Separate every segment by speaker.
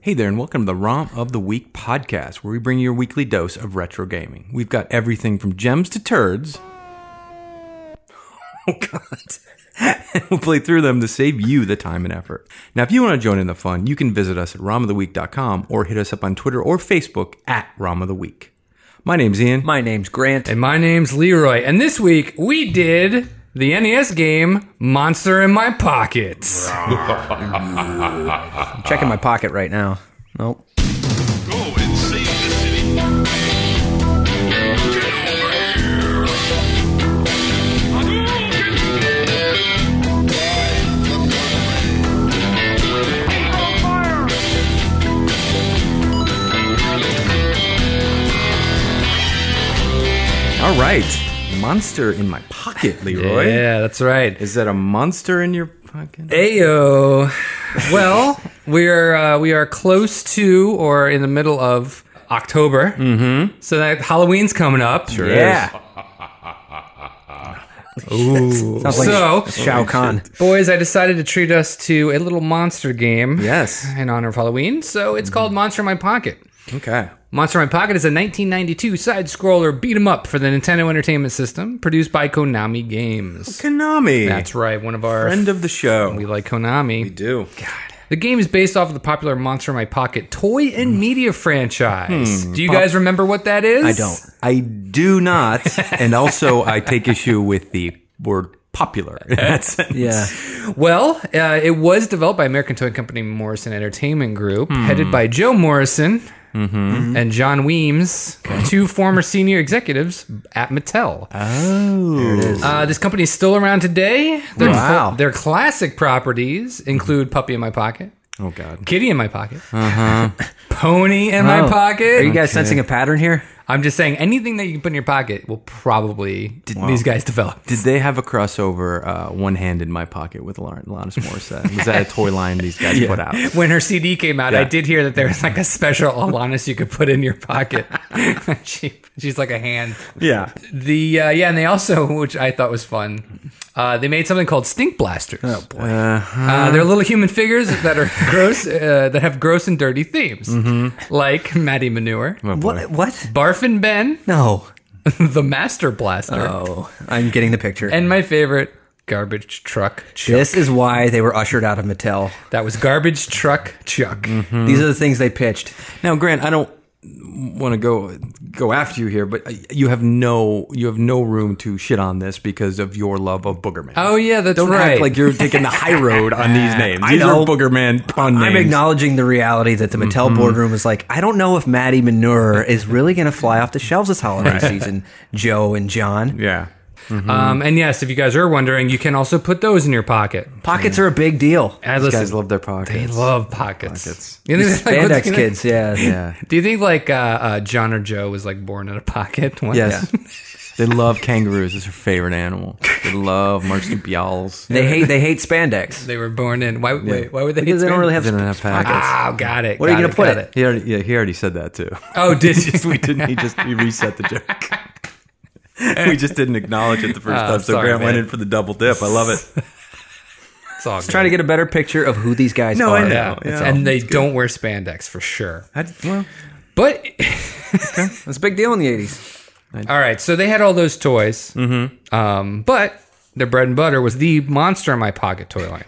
Speaker 1: Hey there, and welcome to the ROM of the Week podcast, where we bring you your weekly dose of retro gaming. We've got everything from gems to turds. Oh, God. we'll play through them to save you the time and effort. Now, if you want to join in the fun, you can visit us at romoftheweek.com or hit us up on Twitter or Facebook at ROM of the Week. My name's Ian.
Speaker 2: My name's Grant.
Speaker 3: And my name's Leroy. And this week we did the NES game Monster in My Pockets.
Speaker 2: I'm checking my pocket right now. Nope.
Speaker 4: Go and save the city. Get over here.
Speaker 1: All right. Monster in my pocket, Leroy.
Speaker 3: Yeah, that's right.
Speaker 1: Is that a monster in your pocket?
Speaker 3: Ayo. Well, we are uh, we are close to or in the middle of October. Mm-hmm. So that Halloween's coming up. Sure.
Speaker 2: Yeah.
Speaker 3: Ooh.
Speaker 2: Sounds like
Speaker 3: So,
Speaker 2: Shao Kahn.
Speaker 3: boys, I decided to treat us to a little monster game.
Speaker 1: Yes.
Speaker 3: In honor of Halloween, so it's called Monster in My Pocket.
Speaker 1: Okay.
Speaker 3: Monster in My Pocket is a 1992 side scroller beat 'em up for the Nintendo Entertainment System, produced by Konami Games.
Speaker 1: Konami.
Speaker 3: That's right, one of our
Speaker 1: Friend of the show.
Speaker 3: we like Konami.
Speaker 1: We do.
Speaker 3: The game is based off of the popular Monster in My Pocket toy and media franchise. Do you guys remember what that is?
Speaker 2: I don't.
Speaker 1: Hmm. I do not, and also I take issue with the word popular. in that sense.
Speaker 2: Yeah.
Speaker 3: Well, uh, it was developed by American toy company Morrison Entertainment Group,
Speaker 1: Hmm.
Speaker 3: headed by Joe Morrison
Speaker 1: Mm-hmm.
Speaker 3: and John Weems, two former senior executives at Mattel. Uh, this company is still around today. Their,
Speaker 1: Wow.
Speaker 3: their classic properties include Puppy in My Pocket,
Speaker 1: Oh God.
Speaker 3: Kitty in My Pocket, Pony in
Speaker 2: Uh-huh. Oh.
Speaker 3: My Pocket.
Speaker 2: Are you guys sensing a pattern here?
Speaker 3: I'm just saying, anything that you can put in your pocket will probably these guys develop.
Speaker 1: Did they have a crossover? Uh, one hand in my pocket with Lauren Alanis Morissette. Was that a toy line these guys put out?
Speaker 3: When her CD came out, I did hear that there was like a special Alanis you could put in your pocket. she, she's like a hand.
Speaker 1: Yeah.
Speaker 3: The uh, yeah, and they also, which I thought was fun, uh, they made something called stink blasters. Oh boy, uh, they're little human figures that are gross, uh, that have gross and dirty themes, like Matty Manure,
Speaker 2: What? What?
Speaker 3: Barfin Ben,
Speaker 2: No.
Speaker 3: the Master Blaster,
Speaker 2: Oh, I'm getting the picture.
Speaker 3: and my favorite, Garbage Truck Chuck.
Speaker 2: this is why they were ushered out of Mattel.
Speaker 3: That was Garbage Truck Chuck.
Speaker 2: These are the things they pitched.
Speaker 1: Now, Grant, I don't want to go go after you here, but uh, you have no you have no room to shit on this because of your love of Boogerman.
Speaker 3: Oh yeah, that's
Speaker 1: Don't
Speaker 3: right.
Speaker 1: act like you're taking the high road on these names.
Speaker 2: I
Speaker 1: These are
Speaker 2: know.
Speaker 1: Boogerman pun names.
Speaker 2: I'm acknowledging the reality that the Mattel boardroom is like, I don't know if Maddie Manure is really going to fly off the shelves this holiday season, Joe and John.
Speaker 1: Yeah.
Speaker 3: Um, and yes, if you guys are wondering, you can also put those in your pocket.
Speaker 2: Pockets are a big deal.
Speaker 3: I
Speaker 1: These
Speaker 3: listen,
Speaker 1: guys love their pockets.
Speaker 3: they love pockets.
Speaker 1: Pockets.
Speaker 3: You think, like, what's-
Speaker 2: Spandex kids, yeah.
Speaker 1: Yeah.
Speaker 3: Do you think like uh, uh, John or Joe was like born in a pocket? What?
Speaker 1: Yes. they love kangaroos. It's her favorite animal. They love marsupials.
Speaker 2: They hate they hate spandex
Speaker 3: They were born in. Why? Wait, why would they?
Speaker 2: because they don't really
Speaker 1: They
Speaker 2: have.
Speaker 1: don't have pockets.
Speaker 3: Oh, got it.
Speaker 2: Where are you
Speaker 3: got
Speaker 2: gonna put
Speaker 3: got
Speaker 2: it?
Speaker 1: He already, yeah, he already said that too.
Speaker 3: Oh, did you?
Speaker 1: we didn't. He just he reset the joke. we just didn't acknowledge it the first time. So
Speaker 3: sorry,
Speaker 1: Grant went
Speaker 3: man.
Speaker 1: in for the double dip. I love it.
Speaker 3: It's all good.
Speaker 2: Trying to get a better picture of who these guys
Speaker 1: No,
Speaker 2: are.
Speaker 1: I know.
Speaker 3: Yeah,
Speaker 1: Yeah.
Speaker 3: and they don't wear spandex for sure.
Speaker 1: I, well,
Speaker 3: But
Speaker 2: It's a big deal in the '80s.
Speaker 3: all right, so they had all those toys, mm-hmm. um, but their bread and butter was the monster in my pocket toy line.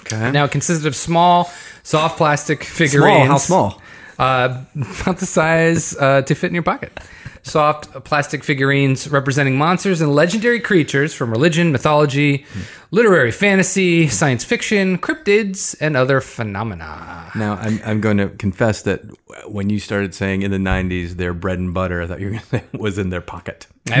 Speaker 1: okay.
Speaker 3: Now it consisted of small, soft plastic figurines.
Speaker 2: Small, how small?
Speaker 3: Uh, about the size uh, to fit in your pocket. Soft plastic figurines representing monsters and legendary creatures from religion, mythology, literary fantasy, science fiction, cryptids, and other phenomena.
Speaker 1: Now I'm I'm going to confess that when you started saying in the '90s their bread and butter, I thought you were going to say was in their pocket.
Speaker 3: I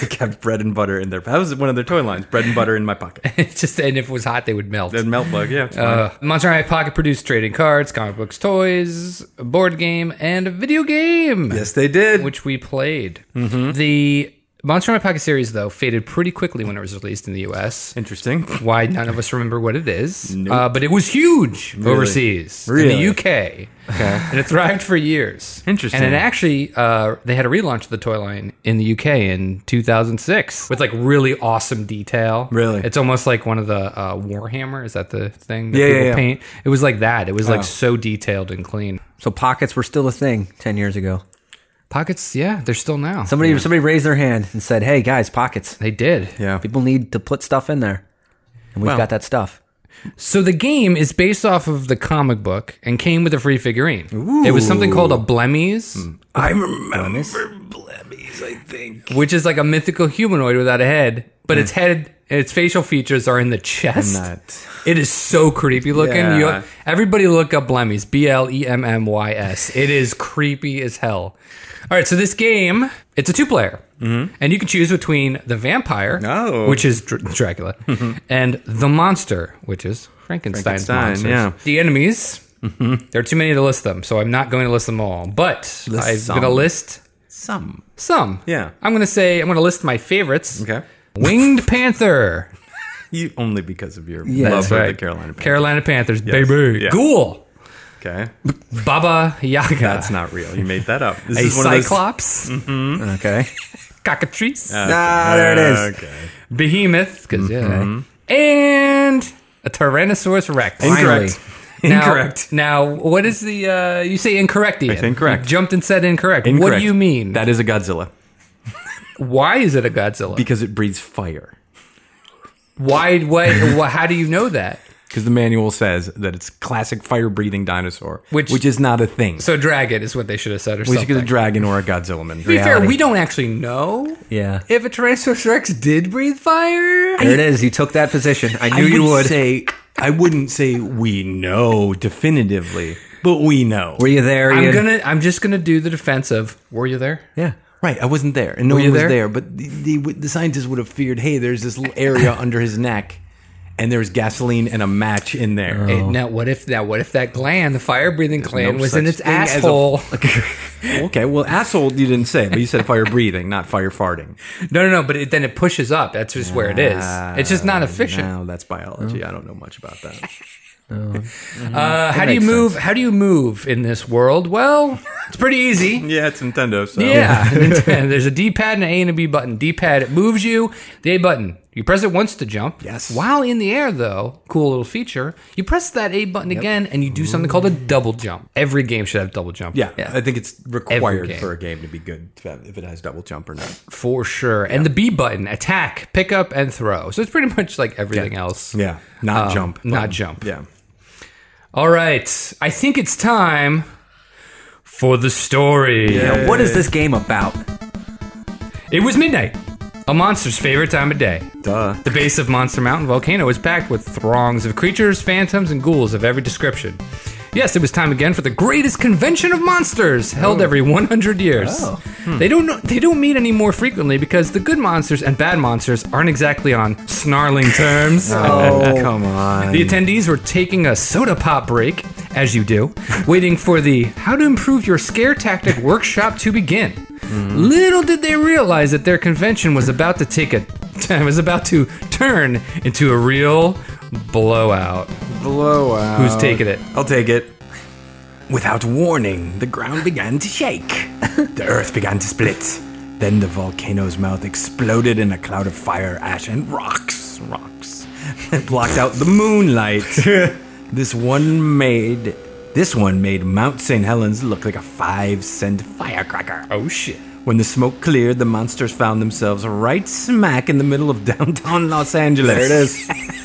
Speaker 1: They kept bread and butter in their. That was one of their toy lines. Bread and butter in my pocket.
Speaker 3: it's just, and if it was hot, they would melt.
Speaker 1: Then melt bug. Yeah. it's fine.
Speaker 3: Uh, Monster High Pocket produced trading cards, comic books, toys, a board game, and a video game.
Speaker 1: yes, they did.
Speaker 3: which we played. The Monster in My Pocket series, though, faded pretty quickly when it was released in the U.S.
Speaker 1: Interesting.
Speaker 3: Why none of us remember what it is, uh, but it was huge overseas in
Speaker 1: Really?
Speaker 3: the UK, and it thrived for years.
Speaker 1: Interesting.
Speaker 3: And it actually, uh, they had a relaunch of the toy line in the UK in 2006 with like really awesome detail.
Speaker 1: Really?
Speaker 3: it's almost like one of the uh, Warhammer. Is that the thing? That
Speaker 1: Yeah, yeah,
Speaker 3: people
Speaker 1: yeah.
Speaker 3: Paint. It was like that. It was
Speaker 1: Oh.
Speaker 3: like so detailed and clean.
Speaker 2: So pockets were still a thing ten years ago.
Speaker 3: Pockets, yeah, they're still now.
Speaker 2: Somebody somebody raised their hand and said, "Hey guys, pockets.
Speaker 3: they did.
Speaker 1: Yeah.
Speaker 2: People need to put stuff in there, and we've
Speaker 1: Well-
Speaker 2: got that stuff."
Speaker 3: So the game is based off of the comic book and came with a free figurine. It was something called a Blemmies,
Speaker 1: Hmm. I remember Blemmies, I think.
Speaker 3: which is like a mythical humanoid without a head, but its head and its facial features are in the chest.
Speaker 1: Hmm. Not.
Speaker 3: It is so creepy looking.
Speaker 1: Yeah.
Speaker 3: You, everybody look up Blemmies, B L E M M Y S. It is creepy as hell. All right, so this game, it's a two player.
Speaker 1: Mm-hmm.
Speaker 3: And you can choose between the vampire,
Speaker 1: Oh.
Speaker 3: which is Dr- Dracula, and the monster, which is Frankenstein's
Speaker 1: Frankenstein,
Speaker 3: monsters.
Speaker 1: yeah. Mm-hmm.
Speaker 3: The enemies, there are too many to list them, so I'm not going to list them all. But
Speaker 1: List
Speaker 3: I'm
Speaker 1: some.
Speaker 3: going to list
Speaker 1: Some.
Speaker 3: some.
Speaker 1: Yeah.
Speaker 3: I'm going to say, I'm going to list my favorites.
Speaker 1: Okay.
Speaker 3: Winged Panther.
Speaker 1: You only because of your love
Speaker 2: That's
Speaker 1: for the Carolina Panthers.
Speaker 3: Carolina Panthers,
Speaker 1: Yes.
Speaker 3: baby.
Speaker 1: Yeah.
Speaker 3: Ghoul.
Speaker 1: Okay.
Speaker 3: Baba Yaga.
Speaker 1: That's not real. You made that up. This
Speaker 3: a
Speaker 1: is one of those- Mm.
Speaker 3: cyclops,
Speaker 2: Okay.
Speaker 3: cockatrice,
Speaker 2: ah, there it is.
Speaker 1: Okay. Mm-hmm.
Speaker 3: behemoth, because yeah, and a tyrannosaurus rex.
Speaker 2: Finally.
Speaker 1: Incorrect.
Speaker 3: Now-
Speaker 1: Incorrect.
Speaker 3: Now, what is the? Uh, you say incorrect. Ian.
Speaker 1: said incorrect.
Speaker 3: You jumped and said incorrect.
Speaker 1: Incorrect.
Speaker 3: What do you mean?
Speaker 1: That is a Godzilla
Speaker 3: Why is it a Godzilla?
Speaker 1: because it breathes fire.
Speaker 3: Why? What? wh- how do you know that?
Speaker 1: Because the manual says that it's classic fire-breathing dinosaur,
Speaker 3: Which-
Speaker 1: which is not a thing.
Speaker 3: So dragon is what they should have said, or
Speaker 1: we should
Speaker 3: something.
Speaker 1: get a dragon or a Godzilla man.
Speaker 3: to be fair,
Speaker 2: reality.
Speaker 3: we don't actually know
Speaker 2: Yeah.
Speaker 3: if a Tyrannosaurus Rex did breathe fire.
Speaker 2: There it is. You took that position. I knew you would.
Speaker 1: say I wouldn't say we know definitively, but we know.
Speaker 2: Were you there?
Speaker 3: I'm
Speaker 2: Ian?
Speaker 3: gonna. I'm just gonna do the defense of. Were you there?
Speaker 2: Yeah.
Speaker 1: Right, I wasn't there, and no
Speaker 3: Were
Speaker 1: one
Speaker 3: you
Speaker 1: was
Speaker 3: there?
Speaker 1: there. but the, the, the scientists would have feared, hey, there's this little area under his neck, and there's gasoline and a match in there.
Speaker 3: Hey, now what if now what if that gland, the fire breathing gland,
Speaker 1: Oh. no
Speaker 3: was in
Speaker 1: such
Speaker 3: its
Speaker 1: thing as a-
Speaker 3: asshole?
Speaker 1: Okay, well, asshole, you didn't say, but you said fire breathing, not fire farting.
Speaker 3: no, no, no. But it, then it pushes up. That's just where it is. It's just not efficient.
Speaker 1: Ah, No, that's biology. I don't know much about that.
Speaker 3: Uh, how do you
Speaker 2: makes
Speaker 3: move? How do you move in this world? Well, it's pretty easy.
Speaker 1: Yeah, it's Nintendo. So.
Speaker 3: yeah, Nintendo, there's a D-pad and an A and a B button. D-pad it moves you. The A button you press it once to jump.
Speaker 1: Yes.
Speaker 3: While in the air, though, cool little feature. You press that A button again, and you do something called a double jump. Every game should have double jump.
Speaker 1: Yeah, I think it's required
Speaker 3: game.
Speaker 1: for a game to be good to have- if it has double jump or not.
Speaker 3: For sure. And the B button, attack, pick up, and throw. So it's pretty much like everything else.
Speaker 1: Yeah, not
Speaker 3: Um,
Speaker 1: jump,
Speaker 3: Not
Speaker 1: but-
Speaker 3: jump.
Speaker 1: Yeah,
Speaker 3: All right. I think it's time for the story.
Speaker 2: Now, what is this game about?
Speaker 3: It was midnight, a monster's favorite time of day.
Speaker 1: duh.
Speaker 3: The base of Monster Mountain Volcano is packed with throngs of creatures, phantoms, and ghouls of every description. Yes, it was time again for the greatest convention of monsters, held every 100 years. They don't know, they don't meet any more frequently because the good monsters and bad monsters aren't exactly on snarling terms.
Speaker 1: Oh come on.
Speaker 3: The attendees were taking a soda pop break, as you do, waiting for the how to improve your scare tactic workshop to begin.
Speaker 1: Mm-hmm.
Speaker 3: Little did they realize that their convention was about to take a was about to turn into a real blowout.
Speaker 1: blowout.
Speaker 3: Who's taking it?
Speaker 1: I'll take it. Without warning, the ground began to shake. the earth began to split. Then the volcano's mouth exploded in a cloud of fire, ash, and rocks. Rocks. That blocked out the moonlight. this one made. This one made Mount St. Helens look like a five cent firecracker.
Speaker 3: Oh shit.
Speaker 1: When the smoke cleared, the monsters found themselves right smack in the middle of downtown Los Angeles. There it is.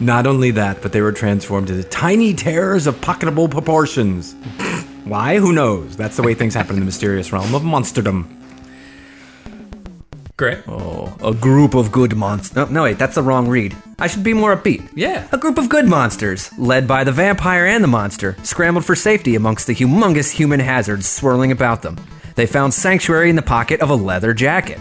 Speaker 1: Not only that, but they were transformed into tiny terrors of pocketable proportions. Why? Who knows? That's the way things happen in the mysterious realm of monsterdom.
Speaker 3: Great.
Speaker 2: A group of good monsters. No, no, wait, that's the wrong read. I should be more upbeat.
Speaker 3: Yeah.
Speaker 2: A group of good monsters, led by the vampire and the monster, scrambled for safety amongst the humongous human hazards swirling about them. They found sanctuary in the pocket of a leather jacket,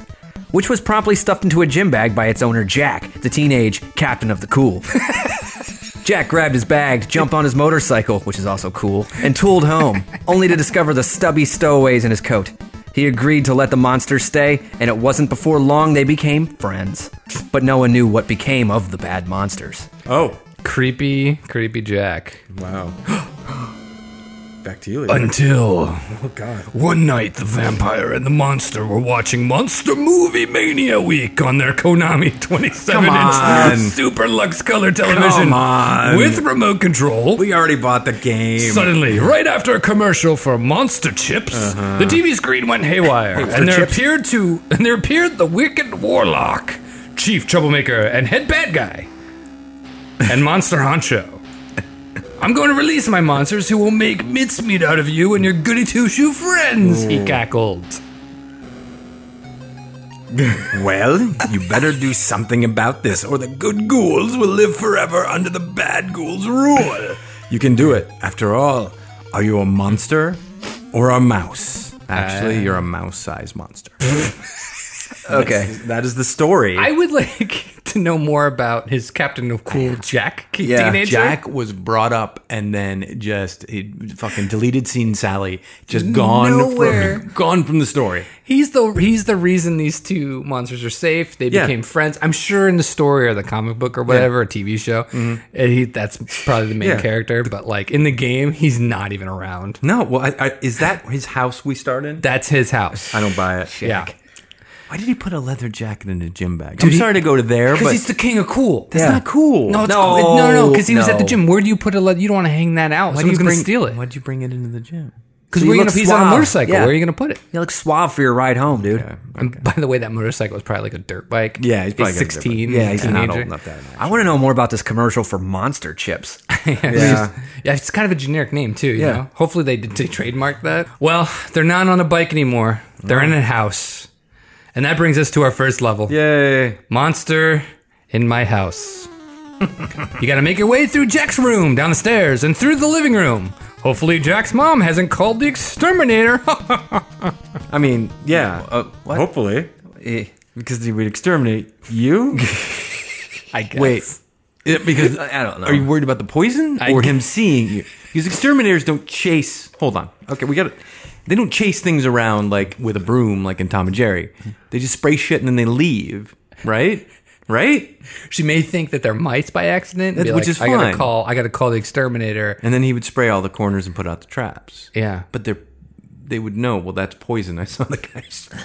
Speaker 2: which was promptly stuffed into a gym bag by its owner, Jack, the teenage captain of the cool. Jack grabbed his bag, jumped on his motorcycle, which is also cool, and tooled home, only to discover the stubby stowaways in his coat. He agreed to let the monster stay, and it wasn't before long they became friends. But no one knew what became of the bad monsters.
Speaker 1: Oh,
Speaker 3: Creepy, creepy Jack.
Speaker 1: wow. Back to you. Oh, Leo.
Speaker 3: Until one night, the vampire and the monster were watching Monster Movie Mania Week on their Konami 27-inch
Speaker 1: on.
Speaker 3: Super Lux color television
Speaker 1: Come on.
Speaker 3: with remote control.
Speaker 1: we already bought the game.
Speaker 3: Suddenly, right after a commercial for Monster Chips, the TV screen went haywire, and there
Speaker 1: chips.
Speaker 3: appeared to and there appeared the wicked warlock, chief troublemaker, and head bad guy, and Monster Honcho. I'm going to release my monsters who will make mincemeat out of you and your goody two shoe friends. He cackled.
Speaker 1: Well, you better do something about this, or the good ghouls will live forever under the bad ghouls' rule. You can do it. After all, are you a monster or a mouse? Actually,
Speaker 3: Uh.
Speaker 1: you're a mouse-sized monster.
Speaker 2: Okay.
Speaker 1: that is the story.
Speaker 3: I would like to know more about his Captain of Cool Jack
Speaker 2: Yeah,
Speaker 3: teenager.
Speaker 1: Jack was brought up and then just he fucking deleted scene Sally, just gone
Speaker 3: Nowhere.
Speaker 1: from gone from the story.
Speaker 3: He's the he's the reason these two monsters are safe. They
Speaker 1: Yeah.
Speaker 3: became friends. I'm sure in the story or the comic book or whatever, a TV show, and he, that's probably the main
Speaker 1: Mm-hmm. Yeah.
Speaker 3: character. But like in the game, he's not even around.
Speaker 1: No, well, I, I, is that his house we start in?
Speaker 3: That's his house.
Speaker 1: I don't buy it.
Speaker 3: Yeah,
Speaker 1: Why did he put a leather jacket in a gym bag?
Speaker 3: Dude,
Speaker 1: I'm
Speaker 3: he-
Speaker 1: sorry to go to there,
Speaker 3: because
Speaker 1: but
Speaker 3: he's the king of cool.
Speaker 1: that's not cool.
Speaker 3: No, it's
Speaker 2: No,
Speaker 3: no, no, no. Because he was at the
Speaker 2: no.
Speaker 3: gym. Where do you put a? le- You don't want to hang that out.
Speaker 1: Why'd you
Speaker 3: Someone's going to
Speaker 1: bring-
Speaker 3: steal it.
Speaker 1: Why'd you bring it into the gym?
Speaker 3: Because
Speaker 2: So
Speaker 3: we're
Speaker 2: you
Speaker 3: going
Speaker 2: look
Speaker 3: to he's on a
Speaker 2: suave.
Speaker 3: motorcycle.
Speaker 2: Yeah.
Speaker 3: Where are you going to put it?
Speaker 2: You look suave for your ride home, dude.
Speaker 3: And by the way, that motorcycle was probably like a dirt bike.
Speaker 1: Yeah, he's probably got a dirt bike.
Speaker 3: 16.
Speaker 2: Yeah, he's
Speaker 3: teenager.
Speaker 1: not old enough to have an
Speaker 2: I want to know more about this commercial for Monster Chips.
Speaker 1: Yeah.
Speaker 3: Yeah, it's kind of a generic name too. You
Speaker 2: Yeah.
Speaker 3: know? Hopefully they did they trademark that. Well, they're not on a bike anymore. They're in a house, and that brings us to our first level.
Speaker 1: Yay.
Speaker 3: Monster in my house. you got to make your way through Jack's room, down the stairs, and through the living room. Hopefully Jack's mom hasn't called the exterminator.
Speaker 1: I mean, yeah.
Speaker 2: what?
Speaker 1: Hopefully.
Speaker 2: Eh.
Speaker 1: Uh, Because they would exterminate you?
Speaker 3: I guess.
Speaker 1: Wait. It- because
Speaker 2: I don't know.
Speaker 1: Are you worried about the poison
Speaker 3: I
Speaker 1: or
Speaker 3: g-
Speaker 1: him seeing you? Because exterminators don't chase. Hold on. Okay, we got it. They don't chase things around like with a broom, like in Tom and Jerry. They just spray shit and then they leave. Right? Right?
Speaker 3: She may think that they're mice by accident, and
Speaker 1: That-
Speaker 3: be
Speaker 1: which
Speaker 3: like,
Speaker 1: is
Speaker 3: I gotta
Speaker 1: fine.
Speaker 3: call. I gotta call the exterminator.
Speaker 1: And then he would spray all the corners and put out the traps.
Speaker 3: Yeah.
Speaker 1: But they're they would know. Well, that's poison. I saw the guys.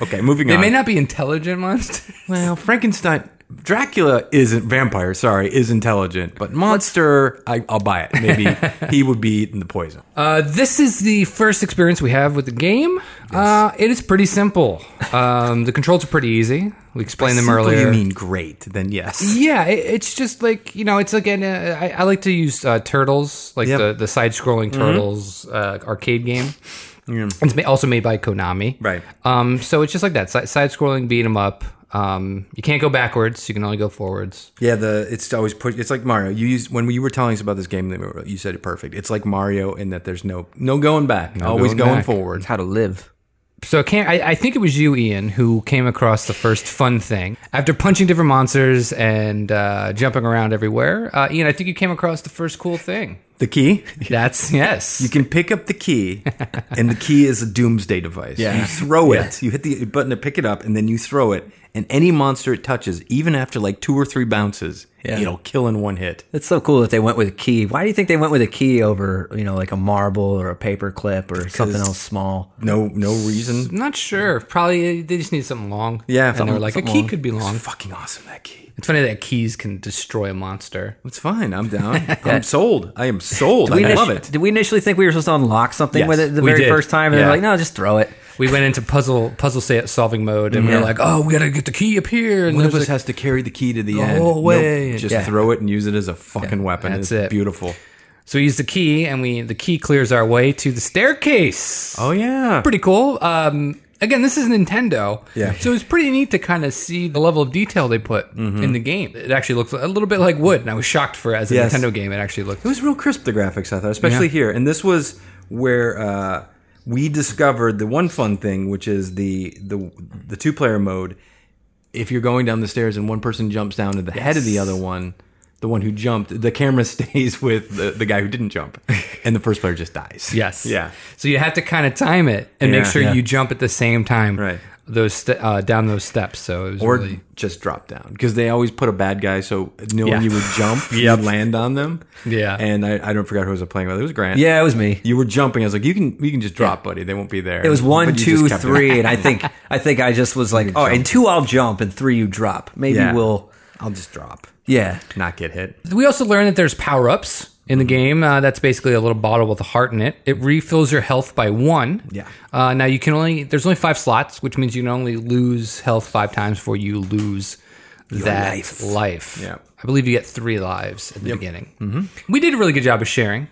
Speaker 1: Okay, moving
Speaker 3: They
Speaker 1: on.
Speaker 3: may not be intelligent monsters.
Speaker 1: Well, Frankenstein, Dracula isn't vampire. Sorry, is intelligent, but monster, I, I'll buy it. Maybe he would be eating the poison.
Speaker 3: Uh, this is the first experience we have with the game. Uh, it is pretty simple. Um, the controls are pretty easy. We explained them
Speaker 1: Simple,
Speaker 3: earlier.
Speaker 1: You mean great? Then yes.
Speaker 3: yeah, it, it's just like you know, it's like an. Uh, I, I like to use uh, turtles, like
Speaker 1: Yep. Mm-hmm.
Speaker 3: the, the side-scrolling turtles uh, arcade game. It's ma- also made by Konami,
Speaker 1: Right.
Speaker 3: Um, so it's just like that side- side-scrolling beat 'em up. Um, you can't go backwards; you can only go forwards.
Speaker 1: Yeah. The it's always push. It's like Mario. You use when you were telling us about this game, you said it perfect. It's like Mario in that there's no no going back. always
Speaker 3: going
Speaker 1: going,
Speaker 3: back.
Speaker 1: forward.
Speaker 2: how to live?
Speaker 3: So can I, I think it was you, Ian, who came across the first fun thing after punching different monsters and uh, jumping around everywhere. Uh, Ian, I think you came across the first cool thing.
Speaker 1: The key.
Speaker 3: That's yes.
Speaker 1: You can pick up the key, and the key is a doomsday device.
Speaker 2: Yeah.
Speaker 1: You throw it, you hit the button to pick it up, and then you throw it, and any monster it touches, even after like two or three bounces,
Speaker 2: Yeah.
Speaker 1: it'll kill in one hit.
Speaker 2: It's so cool that they went with a key. Why do you think they went with a key over, you know, like a marble or a paper clip or something else small?
Speaker 1: No, no reason.
Speaker 3: I'm not sure. Probably uh, they just need something long.
Speaker 1: Yeah,
Speaker 3: and they were
Speaker 1: something-
Speaker 3: like a
Speaker 1: something
Speaker 3: key
Speaker 1: long.
Speaker 3: could be long.
Speaker 1: Fucking awesome that key.
Speaker 3: It's funny that keys can destroy a monster.
Speaker 1: It's fine. I'm down. I'm sold. I am sold. I love it.
Speaker 2: Did we initially think we were supposed to unlock something
Speaker 1: Yes,
Speaker 2: with it the
Speaker 3: we
Speaker 2: very
Speaker 3: did.
Speaker 2: first time? And
Speaker 3: Yeah.
Speaker 2: they're like, no, just throw it.
Speaker 3: We went into puzzle puzzle sa- solving mode, and we
Speaker 2: Yeah.
Speaker 3: were like, oh, we gotta get the key up here. And
Speaker 1: One
Speaker 3: there's
Speaker 1: of us
Speaker 3: a-
Speaker 1: has to carry the key to the,
Speaker 3: The
Speaker 1: end.
Speaker 3: whole
Speaker 1: Nope.
Speaker 3: way.
Speaker 1: Just
Speaker 2: Yeah.
Speaker 1: throw it and use it as a fucking weapon.
Speaker 3: that's
Speaker 1: it's
Speaker 3: it.
Speaker 1: beautiful.
Speaker 3: so we use the key, and we the key clears our way to the staircase.
Speaker 1: Oh yeah.
Speaker 3: pretty cool. Um, again, this is Nintendo,
Speaker 1: Yeah.
Speaker 3: So it's pretty neat to kind of see the level of detail they put in the game. It actually looks a little bit like wood, and I was shocked for as a
Speaker 1: Yes.
Speaker 3: Nintendo game. It actually looked.
Speaker 1: It was real crisp the graphics I thought, especially here. And this was where uh, we discovered the one fun thing, which is the the the two player mode. If you're going down the stairs and one person jumps down to the head of the other one, the one who jumped, the camera stays with the, the guy who didn't jump, and the first player just dies.
Speaker 3: Yes.
Speaker 1: Yeah.
Speaker 3: So you have to kind of time it and make
Speaker 1: Yeah.
Speaker 3: sure
Speaker 1: Yeah.
Speaker 3: you jump at the same time.
Speaker 1: Right.
Speaker 3: Those ste uh, down those steps. So it was
Speaker 1: Or
Speaker 3: really
Speaker 1: just drop down because they always put a bad guy. So knowing
Speaker 3: Yeah.
Speaker 1: you would jump,
Speaker 3: Yep.
Speaker 1: you'd land on them.
Speaker 3: Yeah.
Speaker 1: and I, I don't forget who I was playing with. It was Grant.
Speaker 2: Yeah, it was me.
Speaker 1: you were jumping. I was like, you can you can just drop, buddy. They won't be there.
Speaker 2: It was one,
Speaker 1: But you just
Speaker 2: two,
Speaker 1: kept it.
Speaker 2: three, and I think I think I just was like, oh, in two I'll jump, and three you drop. Maybe
Speaker 1: Yeah.
Speaker 2: we'll,
Speaker 1: I'll just drop,
Speaker 2: yeah,
Speaker 1: not get hit.
Speaker 3: We also learned that there's power ups in the game. Uh, that's basically a little bottle with a heart in it. It refills your health by one.
Speaker 1: Yeah.
Speaker 3: Uh, now you can only there's only five slots, which means you can only lose health five times before you lose that life.
Speaker 2: life.
Speaker 1: Yeah.
Speaker 3: I believe you get three lives at the beginning. Mm-hmm. We did a really good job of sharing.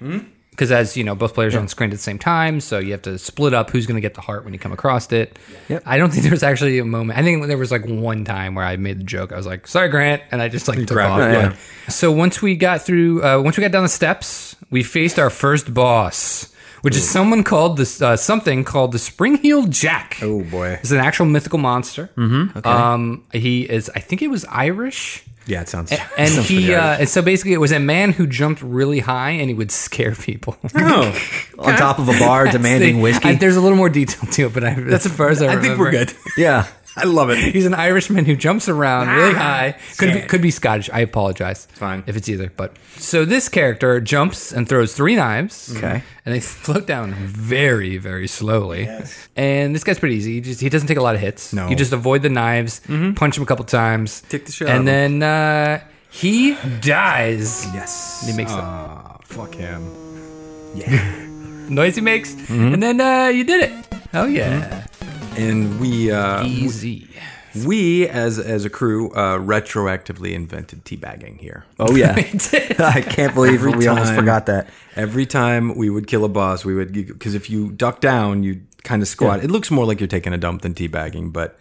Speaker 3: Because as you know, both players are on screen at the same time, so you have to split up who's going to get the heart when you come across it.
Speaker 2: Yep.
Speaker 3: I don't think there was actually a moment. I think there was like one time where I made the joke. I was like, "Sorry, Grant," and I just like took
Speaker 1: grabbed
Speaker 3: off.
Speaker 1: it,
Speaker 3: Yeah.
Speaker 1: yeah.
Speaker 3: So once we got through, uh, once we got down the steps, we faced our first boss, which is someone called this uh, something called the Spring-Heeled Jack.
Speaker 1: Oh, boy.
Speaker 3: it's an actual mythical monster. Mm-hmm. Um, he is, I think it was Irish.
Speaker 1: Yeah, it sounds.
Speaker 3: And
Speaker 1: sounds
Speaker 3: he,
Speaker 1: pretty
Speaker 3: uh,
Speaker 1: right.
Speaker 3: and so basically, it was a man who jumped really high and he would scare people.
Speaker 1: oh,
Speaker 2: on top of a bar demanding
Speaker 3: See,
Speaker 2: whiskey.
Speaker 3: I- there's a little more detail to it, but I, that's as far as I,
Speaker 1: I think we're
Speaker 3: remember.
Speaker 1: good.
Speaker 2: yeah,
Speaker 1: I love it.
Speaker 3: He's an Irishman who jumps around really high. Could be,
Speaker 1: Sad.
Speaker 3: could be Scottish. I apologize.
Speaker 1: Ah, Fine.
Speaker 3: if it's either. But so this character jumps and throws three knives.
Speaker 1: Mm-hmm.
Speaker 2: Okay.
Speaker 3: and they float down very very slowly. And this guy's pretty easy. He just he doesn't take a lot of hits.
Speaker 1: No. Mm-hmm.
Speaker 3: you just avoid the knives, punch him a couple times,
Speaker 1: Take the shit out
Speaker 3: and
Speaker 1: of
Speaker 3: then uh, he dies.
Speaker 1: Yes, Ah,
Speaker 3: And he makes the
Speaker 1: fuck him.
Speaker 3: noise he makes,
Speaker 1: Mm-hmm.
Speaker 3: and then uh, you did it. Oh yeah,
Speaker 1: And we uh,
Speaker 3: easy.
Speaker 1: we as as a crew uh, retroactively invented teabagging here.
Speaker 2: oh yeah.
Speaker 3: did.
Speaker 2: I can't believe we almost
Speaker 1: time-
Speaker 2: forgot that.
Speaker 1: Every time we would kill a boss, we would because if you duck down, you kind of squat. It looks more like you're taking a dump than teabagging, but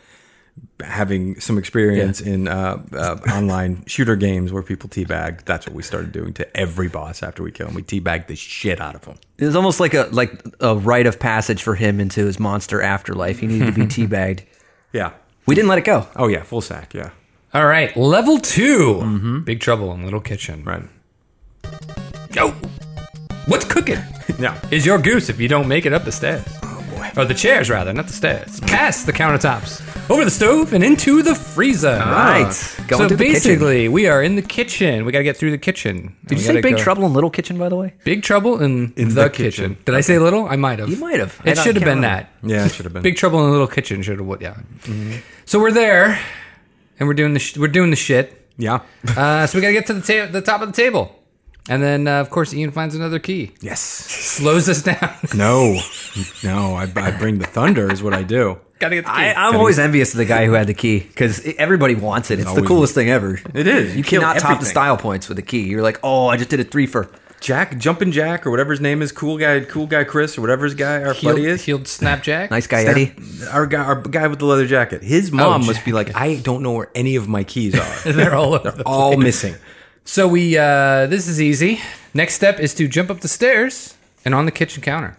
Speaker 1: having some experience in uh, uh, online shooter games where people teabag, that's what we started doing to every boss after we kill him. We teabag the shit out of him.
Speaker 2: It was almost like a like a rite of passage for him into his monster afterlife. He needed to be teabagged.
Speaker 1: Yeah.
Speaker 2: We didn't let it go.
Speaker 1: Oh yeah, full sack. Yeah.
Speaker 3: All right, level 2
Speaker 1: Mm-hmm.
Speaker 3: Big Trouble in Little Kitchen.
Speaker 1: Right.
Speaker 3: Yo, what's cooking?
Speaker 1: Yeah.
Speaker 3: Is your goose if you don't make it up the stairs? Oh boy. Or the chairs rather, not the stairs. Past the countertops, over the stove, and into the freezer. Ah.
Speaker 2: Right. Going
Speaker 3: so
Speaker 2: to the kitchen.
Speaker 3: basically, we are in the kitchen. We got to get through the kitchen.
Speaker 2: Did you say Big Trouble in Little Kitchen? By the way,
Speaker 3: Big trouble in, the,
Speaker 1: the
Speaker 3: kitchen.
Speaker 1: kitchen.
Speaker 3: Did I say little? I might have.
Speaker 2: You might have. I
Speaker 3: It
Speaker 2: don't-
Speaker 3: should have
Speaker 2: can't
Speaker 3: been
Speaker 2: remember.
Speaker 3: that.
Speaker 1: Yeah. It should have been
Speaker 3: Big Trouble in the Little Kitchen should have. Yeah.
Speaker 2: Mm-hmm.
Speaker 3: So we're there, and we're doing the sh- we're doing the shit.
Speaker 1: Yeah.
Speaker 3: Uh, so we gotta get to the ta- the top of the table, and then uh, of course Ian finds another key,
Speaker 1: yes.
Speaker 3: slows us down.
Speaker 1: No. No. I, I bring the thunder is what I do.
Speaker 3: gotta get the key.
Speaker 2: I, I'm always envious of the guy who had the key because everybody wants it. It's the
Speaker 1: always-
Speaker 2: coolest thing ever.
Speaker 1: It is.
Speaker 2: You,
Speaker 1: You kill
Speaker 2: cannot top the
Speaker 1: everything.
Speaker 2: style points with a key. You're like, oh, I just did a three for.
Speaker 1: Jack, jumping Jack, or whatever his name is, cool guy, cool guy Chris, or whatever his guy, our
Speaker 3: healed,
Speaker 1: buddy is.
Speaker 3: healed Snapjack.
Speaker 2: Nice guy, Eddie.
Speaker 1: Our guy, our guy with the leather jacket. His mom
Speaker 3: Oh,
Speaker 1: must be like, I don't know where any of my keys are.
Speaker 3: They're all over. the-
Speaker 1: All missing.
Speaker 3: So we uh, this is easy. Next step is to jump up the stairs and on the kitchen counter.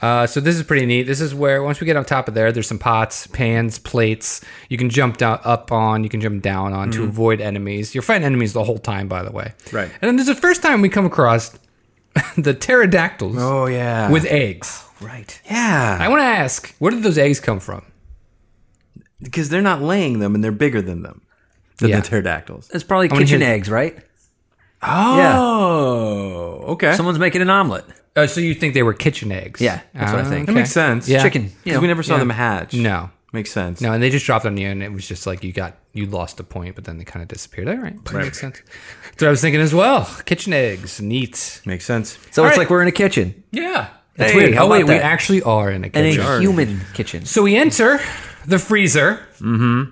Speaker 3: Uh, so this is pretty neat. This is where once we get on top of there, there's some pots, pans, plates. You can jump down up on, you can jump down on
Speaker 2: Mm-hmm.
Speaker 3: to avoid enemies. You're fighting enemies the whole time, by the way.
Speaker 1: Right.
Speaker 3: And then there's the first time we come across the pterodactyls.
Speaker 1: Oh, yeah.
Speaker 3: With eggs.
Speaker 2: Right.
Speaker 3: I
Speaker 1: Yeah,
Speaker 3: want to ask, where did those eggs come from?
Speaker 1: because they're not laying them, and they're bigger than them. Than
Speaker 3: Yeah.
Speaker 1: the pterodactyls.
Speaker 2: It's probably
Speaker 3: wanna
Speaker 2: kitchen
Speaker 3: hear-
Speaker 2: eggs, right?
Speaker 1: Oh, okay.
Speaker 2: Someone's making an omelet.
Speaker 3: Oh, so you think they were kitchen eggs?
Speaker 2: Yeah, that's what I
Speaker 3: Ah,
Speaker 2: think.
Speaker 1: that
Speaker 3: okay.
Speaker 1: makes sense.
Speaker 3: Yeah.
Speaker 2: Chicken. You
Speaker 1: Because
Speaker 2: know,
Speaker 1: we never saw
Speaker 3: yeah.
Speaker 1: them hatch.
Speaker 3: No.
Speaker 1: Makes sense.
Speaker 3: No, and they just dropped on you, and it was just like you got you lost a point, but then they kind of disappeared. All right, that makes sense. That's what I was thinking as well. Kitchen eggs, neat.
Speaker 1: Makes sense.
Speaker 2: So
Speaker 3: All
Speaker 2: it's
Speaker 3: right.
Speaker 2: like we're in a kitchen,
Speaker 3: Yeah,
Speaker 2: Hey, how
Speaker 3: oh wait,
Speaker 2: about
Speaker 3: we
Speaker 2: that?
Speaker 3: actually are in a
Speaker 2: in a
Speaker 3: kitchen.
Speaker 2: human kitchen.
Speaker 3: so we enter the freezer, mm-hmm.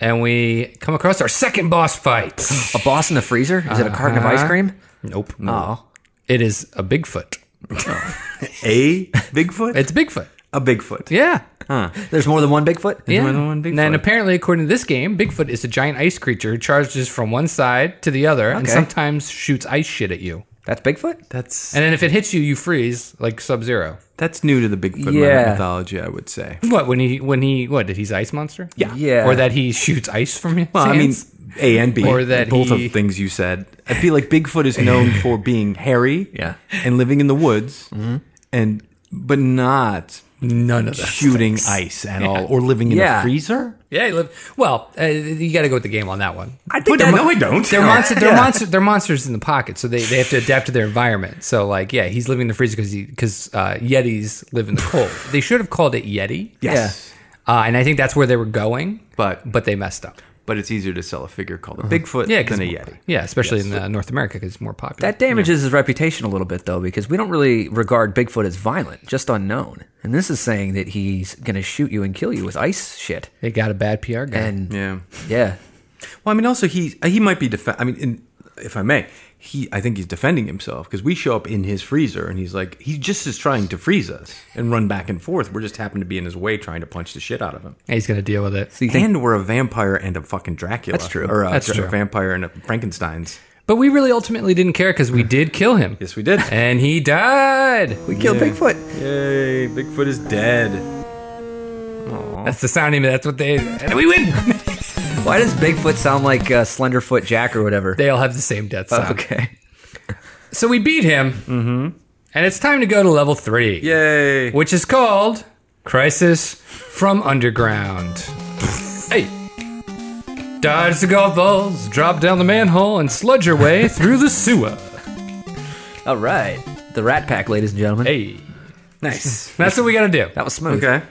Speaker 3: and we come across our second boss fight.
Speaker 2: A boss in the freezer? Is it a carton of ice
Speaker 3: Uh-huh.
Speaker 2: cream?
Speaker 3: nope,
Speaker 2: Oh,
Speaker 3: it is a Bigfoot.
Speaker 1: A Bigfoot?
Speaker 3: It's Bigfoot.
Speaker 1: a Bigfoot.
Speaker 3: Yeah,
Speaker 2: there's more than one Bigfoot.
Speaker 3: yeah.
Speaker 1: more than one
Speaker 3: And then
Speaker 1: Bigfoot.
Speaker 3: apparently, according to this game, Bigfoot is a giant ice creature who charges from one side to the other, and
Speaker 2: Okay.
Speaker 3: sometimes shoots ice shit at you.
Speaker 2: That's Bigfoot.
Speaker 1: That's
Speaker 3: And then if it hits you, you freeze like Sub Zero.
Speaker 1: That's new to the Bigfoot
Speaker 2: Yeah.
Speaker 1: mythology, I would say.
Speaker 3: What when he when he what did he's ice monster?
Speaker 1: Yeah.
Speaker 2: Yeah.
Speaker 3: Or that he shoots ice from his
Speaker 1: Well, I mean,
Speaker 3: hands?
Speaker 1: A and B,
Speaker 3: Or that
Speaker 1: both
Speaker 3: he-
Speaker 1: of things you said. I feel like Bigfoot is known for being hairy,
Speaker 2: Yeah.
Speaker 1: and living in the woods, and but not
Speaker 3: none of that.
Speaker 1: shooting ice at all, or living in
Speaker 2: Yeah.
Speaker 1: a freezer.
Speaker 3: Yeah, he lived. Well, uh, you got to go with the game on that one.
Speaker 2: I think
Speaker 1: But
Speaker 2: that,
Speaker 1: no, I don't.
Speaker 3: They're
Speaker 1: No.
Speaker 3: monster. They're monster. They're monsters in the pocket, so they, they have to adapt to their environment. So like, yeah, he's living in the freezer because because uh, Yetis live in the cold. they should have called it Yeti.
Speaker 1: Yes,
Speaker 3: Uh, and I think that's where they were going,
Speaker 1: But-
Speaker 3: but they messed up.
Speaker 1: but it's easier to sell a figure called a Bigfoot
Speaker 3: Yeah, 'cause
Speaker 1: than a
Speaker 3: more-
Speaker 1: Yeti.
Speaker 3: Yeah, especially in uh, North America because it's more popular.
Speaker 2: that damages his reputation a little bit, though, because we don't really regard Bigfoot as violent, just unknown. And this is saying that he's going to shoot you and kill you with ice shit.
Speaker 3: they got a bad PR guy.
Speaker 2: And yeah.
Speaker 1: Yeah. Well, I mean, also he uh, he might be def- I mean, in, if I may, he I think he's defending himself because we show up in his freezer and he's like he just is trying to freeze us and run back and forth. We're just happen to be in his way trying to punch the shit out of him.
Speaker 3: And he's gonna deal with it.
Speaker 2: So you think,
Speaker 1: And we're a vampire and a fucking Dracula.
Speaker 2: That's true.
Speaker 1: Or a,
Speaker 3: That's
Speaker 1: a
Speaker 3: true.
Speaker 1: vampire and a Frankenstein's.
Speaker 3: But we really ultimately didn't care because we did kill him.
Speaker 1: Yes, we did.
Speaker 3: And he died.
Speaker 2: we killed Bigfoot.
Speaker 1: Yay! Bigfoot is dead.
Speaker 3: That's the sound. That's what they. And we win.
Speaker 2: Why does Bigfoot sound like uh, Slenderfoot Jack or whatever? Uh,
Speaker 3: They all have the same death sound.
Speaker 2: okay.
Speaker 3: So we beat him. Mm-hmm. And it's time to go to level three.
Speaker 1: Yay!
Speaker 3: Which is called Crisis from Underground. hey. Dodge the golf balls, drop down the manhole, and sludge your way through the sewer.
Speaker 2: All right. The Rat Pack, ladies and gentlemen.
Speaker 3: Hey.
Speaker 1: Nice.
Speaker 3: That's what we gotta do.
Speaker 2: That was smooth.
Speaker 1: Okay.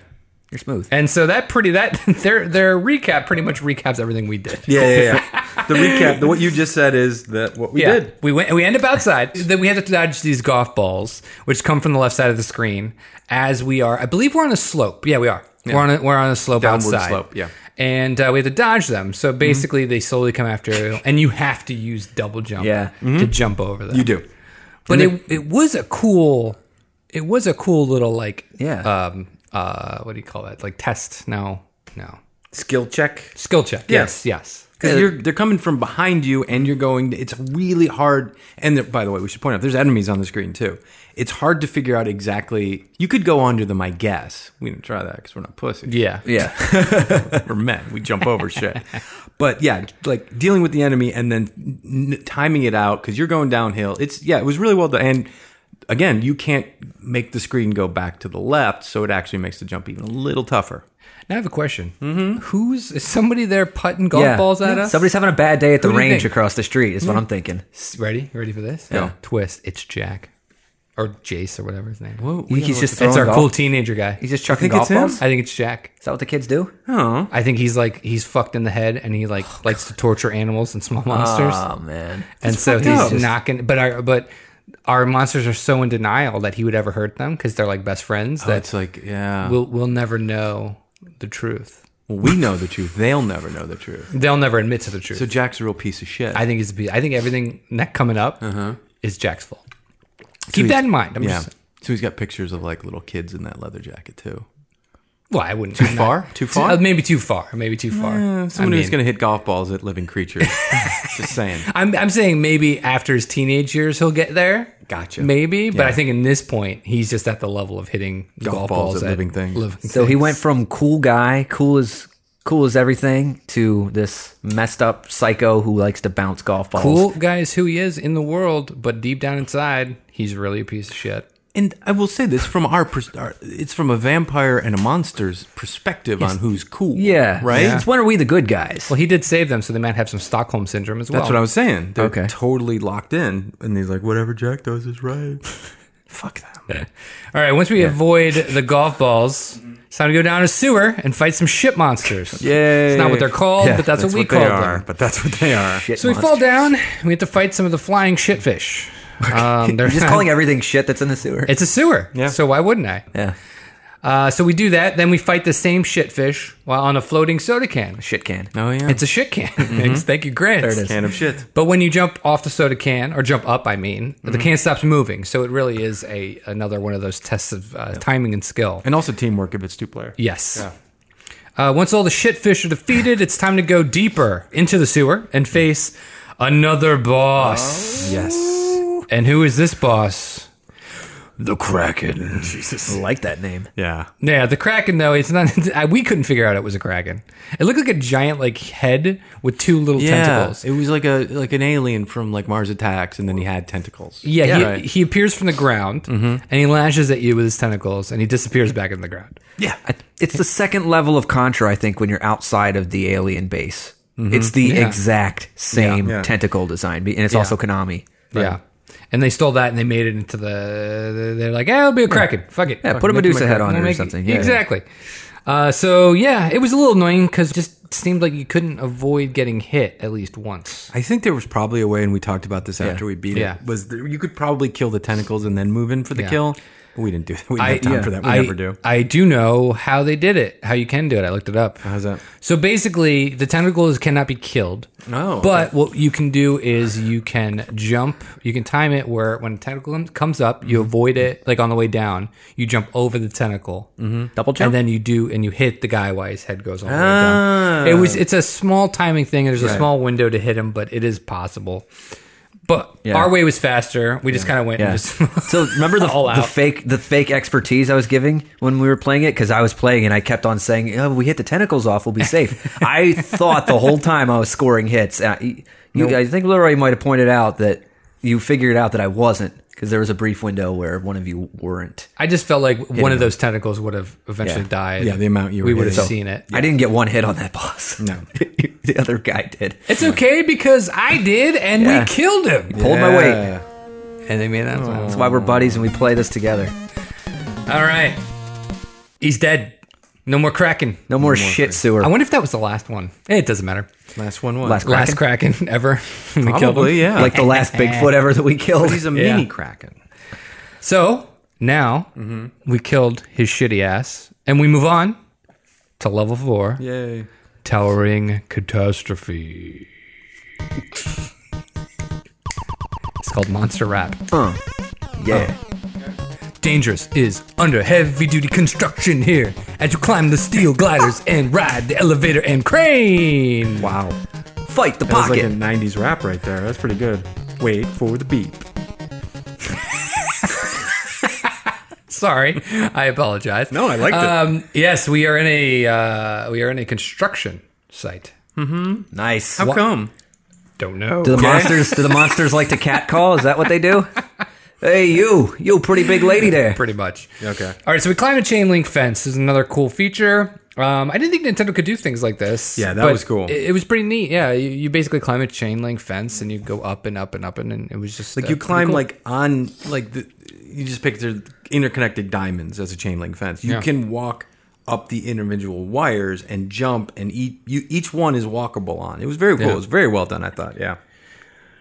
Speaker 2: You're smooth.
Speaker 3: And so that pretty that their their recap pretty much recaps everything we did.
Speaker 1: Yeah, yeah, yeah. the recap. The, what you just said is that what we
Speaker 3: yeah.
Speaker 1: did.
Speaker 3: We went. We end up outside. then we have to dodge these golf balls, which come from the left side of the screen. As we are, I believe we're on a slope. Yeah, we are. We're on a, we're on a slope
Speaker 1: Downward
Speaker 3: outside.
Speaker 1: slope, yeah. Mm-hmm.
Speaker 3: And uh, we have to dodge them. So basically, they slowly come after you, and you have to use double jump.
Speaker 2: Yeah.
Speaker 3: To jump over them.
Speaker 1: Mm-hmm. You do.
Speaker 3: But it it was a cool. It was a cool little like.
Speaker 2: Yeah.
Speaker 3: Um. Uh. What do you call that? Like test? No. No.
Speaker 1: Skill check.
Speaker 3: Skill check. Yes. Yes.
Speaker 1: Because you're they're coming from behind you, and you're going. It's really hard. And there- by the way, we should point out there's enemies on the screen too. It's hard to figure out exactly. You could go onto them, I guess. We didn't try that because we're not pussy.
Speaker 3: Yeah.
Speaker 2: Yeah.
Speaker 1: we're men. We jump over shit. But yeah, like dealing with the enemy and then n- timing it out because you're going downhill. It's yeah, it was really well done. And again, you can't make the screen go back to the left, so it actually makes the jump even a little tougher.
Speaker 3: Now I have a question. Mm-hmm. Who's is somebody there putting golf
Speaker 2: yeah.
Speaker 3: balls at
Speaker 2: Yeah.
Speaker 3: us?
Speaker 2: Somebody's having a bad day at the
Speaker 3: Who do you
Speaker 2: range
Speaker 3: think?
Speaker 2: across the street, is what I'm thinking.
Speaker 3: S- ready? Ready for this?
Speaker 2: Yeah.
Speaker 3: Twist. It's Jack, or Jace, or whatever his name. Whoa.
Speaker 2: You think he's just
Speaker 3: That's
Speaker 2: throwing
Speaker 3: our
Speaker 2: golf-
Speaker 3: cool teenager guy.
Speaker 2: He's just chucking
Speaker 1: think it's
Speaker 2: golf
Speaker 1: him?
Speaker 2: balls?
Speaker 3: I think it's Jack.
Speaker 2: Is that what the kids do?
Speaker 1: Oh,
Speaker 3: I think he's like he's fucked in the head, and he like likes to torture animals and small monsters.
Speaker 2: Oh, man.
Speaker 3: and so
Speaker 1: fucked
Speaker 3: he's
Speaker 1: up.
Speaker 3: not gonna. But our but our monsters are so in denial that he would ever hurt them because they're like best friends.
Speaker 2: Oh.
Speaker 3: that
Speaker 1: that's like yeah.
Speaker 3: we'll we'll never know the truth.
Speaker 1: Well, we know the truth. They'll never know the truth.
Speaker 3: They'll never admit to the truth.
Speaker 1: So Jack's a real piece of shit.
Speaker 3: I think it's I think everything that coming up is Jack's fault. Keep that in mind. I'm
Speaker 1: Uh-huh. yeah.
Speaker 3: just
Speaker 1: So he's got pictures of like little kids in that leather jacket too.
Speaker 3: Well, I wouldn't. Too
Speaker 1: far? Too far?
Speaker 3: uh, maybe too far. Maybe too far.
Speaker 1: Uh, Someone
Speaker 3: I
Speaker 1: who's going to hit golf balls at living creatures. Just saying.
Speaker 3: am I'm saying maybe after his teenage years he'll get there.
Speaker 1: Gotcha.
Speaker 3: Maybe, but
Speaker 1: Yeah.
Speaker 3: I think in this point he's just at the level of hitting golf, balls, at living
Speaker 1: things.
Speaker 2: So he went from cool guy, cool as cool as everything, to this messed up psycho who likes to bounce golf balls.
Speaker 3: cool guys who he is in the world, but deep down inside he's really a piece of shit.
Speaker 1: And I will say this from our, pers- our it's from a vampire and a monster's perspective on who's cool.
Speaker 2: Yeah.
Speaker 1: Right?
Speaker 2: Since when are we the good guys?
Speaker 3: Well, he did save them, so they might have some Stockholm syndrome as well.
Speaker 1: That's what I was saying. They're
Speaker 2: Okay.
Speaker 1: totally locked in. And he's like, whatever Jack does is right. Fuck them.
Speaker 3: All right, once we avoid the golf balls, it's time to go down a sewer and fight some shit monsters.
Speaker 1: Yay.
Speaker 3: It's not what they're called,
Speaker 1: Yeah,
Speaker 3: but that's, what we call
Speaker 1: they are.
Speaker 3: them.
Speaker 1: But that's what they are.
Speaker 2: Shit
Speaker 3: So we
Speaker 2: monster.
Speaker 3: fall down. We have to fight some of the flying shitfish. Um, they're
Speaker 2: You're just calling everything shit that's in the sewer.
Speaker 3: It's a sewer.
Speaker 1: Yeah.
Speaker 3: So why wouldn't I?
Speaker 2: yeah.
Speaker 3: Uh, so we do that. Then we fight the same shitfish while on a floating soda can.
Speaker 2: Shit can.
Speaker 1: Oh, yeah.
Speaker 3: It's a shit can. Thanks- Thank you, Grant.
Speaker 2: There it is.
Speaker 1: can of shit.
Speaker 3: But when you jump off the soda can, or jump up, I mean, the can stops moving. So it really is a another one of those tests of uh, timing and skill.
Speaker 1: And also teamwork if it's two player.
Speaker 3: Yes. Uh, once all the shitfish are defeated, it's time to go deeper into the sewer and face another boss.
Speaker 1: Yes.
Speaker 3: And who is this boss?
Speaker 1: The Kraken.
Speaker 2: I like that name.
Speaker 1: Yeah.
Speaker 3: Yeah, the Kraken though it's not. I- we couldn't figure out it was a Kraken. It looked like a giant like head with two little tentacles.
Speaker 1: It was like a like an alien from like Mars Attacks, and then he had tentacles.
Speaker 3: Yeah, he,
Speaker 1: Right.
Speaker 3: he appears from the ground and he lashes at you with his tentacles and he disappears back in the ground.
Speaker 1: yeah.
Speaker 2: I- It's the second level of Contra, I think, when you're outside of the alien base. It's the
Speaker 3: Yeah.
Speaker 2: exact same
Speaker 1: Yeah.
Speaker 2: tentacle design, be- and it's
Speaker 3: Yeah.
Speaker 2: also Konami.
Speaker 3: Yeah. And they stole that and they made it into the. They're like, eh, it'll be a Kraken. Fuck it.
Speaker 2: Yeah,
Speaker 3: Fuck
Speaker 2: put a
Speaker 3: make him
Speaker 2: Medusa head
Speaker 3: Kraken.
Speaker 2: on it or
Speaker 3: make it-
Speaker 2: something. Yeah,
Speaker 3: exactly. Uh, so, yeah, it was a little annoying because it just seemed like you couldn't avoid getting hit at least once.
Speaker 1: I think there was probably a way, and we talked about this after we beat
Speaker 3: Yeah.
Speaker 1: it. Was that you could probably kill the tentacles and then move in for the
Speaker 3: Yeah.
Speaker 1: kill? But we didn't do that. We didn't
Speaker 3: I,
Speaker 1: have time for that. We
Speaker 3: I,
Speaker 1: never do.
Speaker 3: I do know how they did it, how you can do it. I looked it up.
Speaker 1: How's that?
Speaker 3: So basically, the tentacles cannot be killed.
Speaker 1: Oh,
Speaker 3: But what you can do is you can jump. You can time it where when a tentacle comes up, you avoid it. Like on the way down, you jump over the tentacle, mm-hmm.
Speaker 2: Double jump?
Speaker 3: and then you do and you hit the guy while his head goes all the
Speaker 1: Ah.
Speaker 3: way down. It was it's a small timing thing. There's a small window to hit him, but it is possible. But
Speaker 2: Yeah.
Speaker 3: our way was faster. We just kind of went
Speaker 2: Yeah.
Speaker 3: and just
Speaker 2: so remember the,
Speaker 3: All
Speaker 2: the
Speaker 3: out.
Speaker 2: fake the fake expertise I was giving when we were playing it because I was playing and I kept on saying, "Oh, we hit the tentacles off, we'll be safe." I thought the whole time I was scoring hits. Uh, you, I think Leroy might have pointed out that you figured out that I wasn't because there was a brief window where one of you weren't.
Speaker 3: I just felt like one
Speaker 2: him.
Speaker 3: of those tentacles would have eventually
Speaker 2: Yeah.
Speaker 3: died.
Speaker 1: Yeah, the amount you
Speaker 3: we
Speaker 1: were
Speaker 3: would have
Speaker 1: hitting.
Speaker 3: seen it.
Speaker 2: I didn't get one hit on that boss.
Speaker 1: No.
Speaker 2: the other guy did.
Speaker 3: It's okay because I did, and
Speaker 2: Yeah.
Speaker 3: we killed him.
Speaker 2: Pulled my weight.
Speaker 1: Yeah. And they made that. one.
Speaker 2: That's why we're buddies and we play this together.
Speaker 3: All right, he's dead. No more kraken.
Speaker 2: No more shit sewer.
Speaker 3: I wonder if that was the last one. Eh, It doesn't matter.
Speaker 1: Last one was.
Speaker 2: Last Kraken?
Speaker 3: Last kraken ever. we killed him.
Speaker 1: Probably, yeah.
Speaker 2: like the last Bigfoot ever that we killed.
Speaker 1: he's a
Speaker 3: Yeah.
Speaker 1: mini Kraken.
Speaker 3: So now we killed his shitty ass, and we move on to level four.
Speaker 1: Yay.
Speaker 3: Towering catastrophe. It's called monster rap.
Speaker 2: Uh, yeah.
Speaker 3: Dangerous is under heavy duty construction here as you climb the steel gliders and ride the elevator and crane.
Speaker 1: Wow.
Speaker 2: Fight the
Speaker 1: That was like
Speaker 2: pocket.
Speaker 1: a 90s rap right there. That's pretty good. Wait for the beep.
Speaker 3: Sorry, I apologize.
Speaker 1: No, Oh, I liked it.
Speaker 2: Uh,
Speaker 3: um, Yes, we are in a uh, we are in a construction site.
Speaker 2: nice.
Speaker 1: How come?
Speaker 3: Don't know.
Speaker 2: Do the monsters do the monsters like to cat call? Is that what they do? Hey you, you pretty big lady there.
Speaker 3: Pretty much.
Speaker 1: Okay.
Speaker 3: All right, so we climb a chain link fence. This is another cool feature. Um, I didn't think Nintendo could do things like this.
Speaker 1: Yeah, that
Speaker 3: but
Speaker 1: was cool.
Speaker 3: It, it was pretty neat. Yeah, you, you basically climb a chain link fence and you go up and up and up and, and it was just
Speaker 1: Like
Speaker 3: uh,
Speaker 1: you
Speaker 3: pretty
Speaker 1: climb
Speaker 3: cool.
Speaker 1: like on like the you just picture interconnected diamonds as a chain link fence. You
Speaker 3: Yeah.
Speaker 1: can walk up the individual wires and jump and eat you each one is walkable on. It was very cool.
Speaker 3: Yeah.
Speaker 1: It was very well done, I thought. Yeah.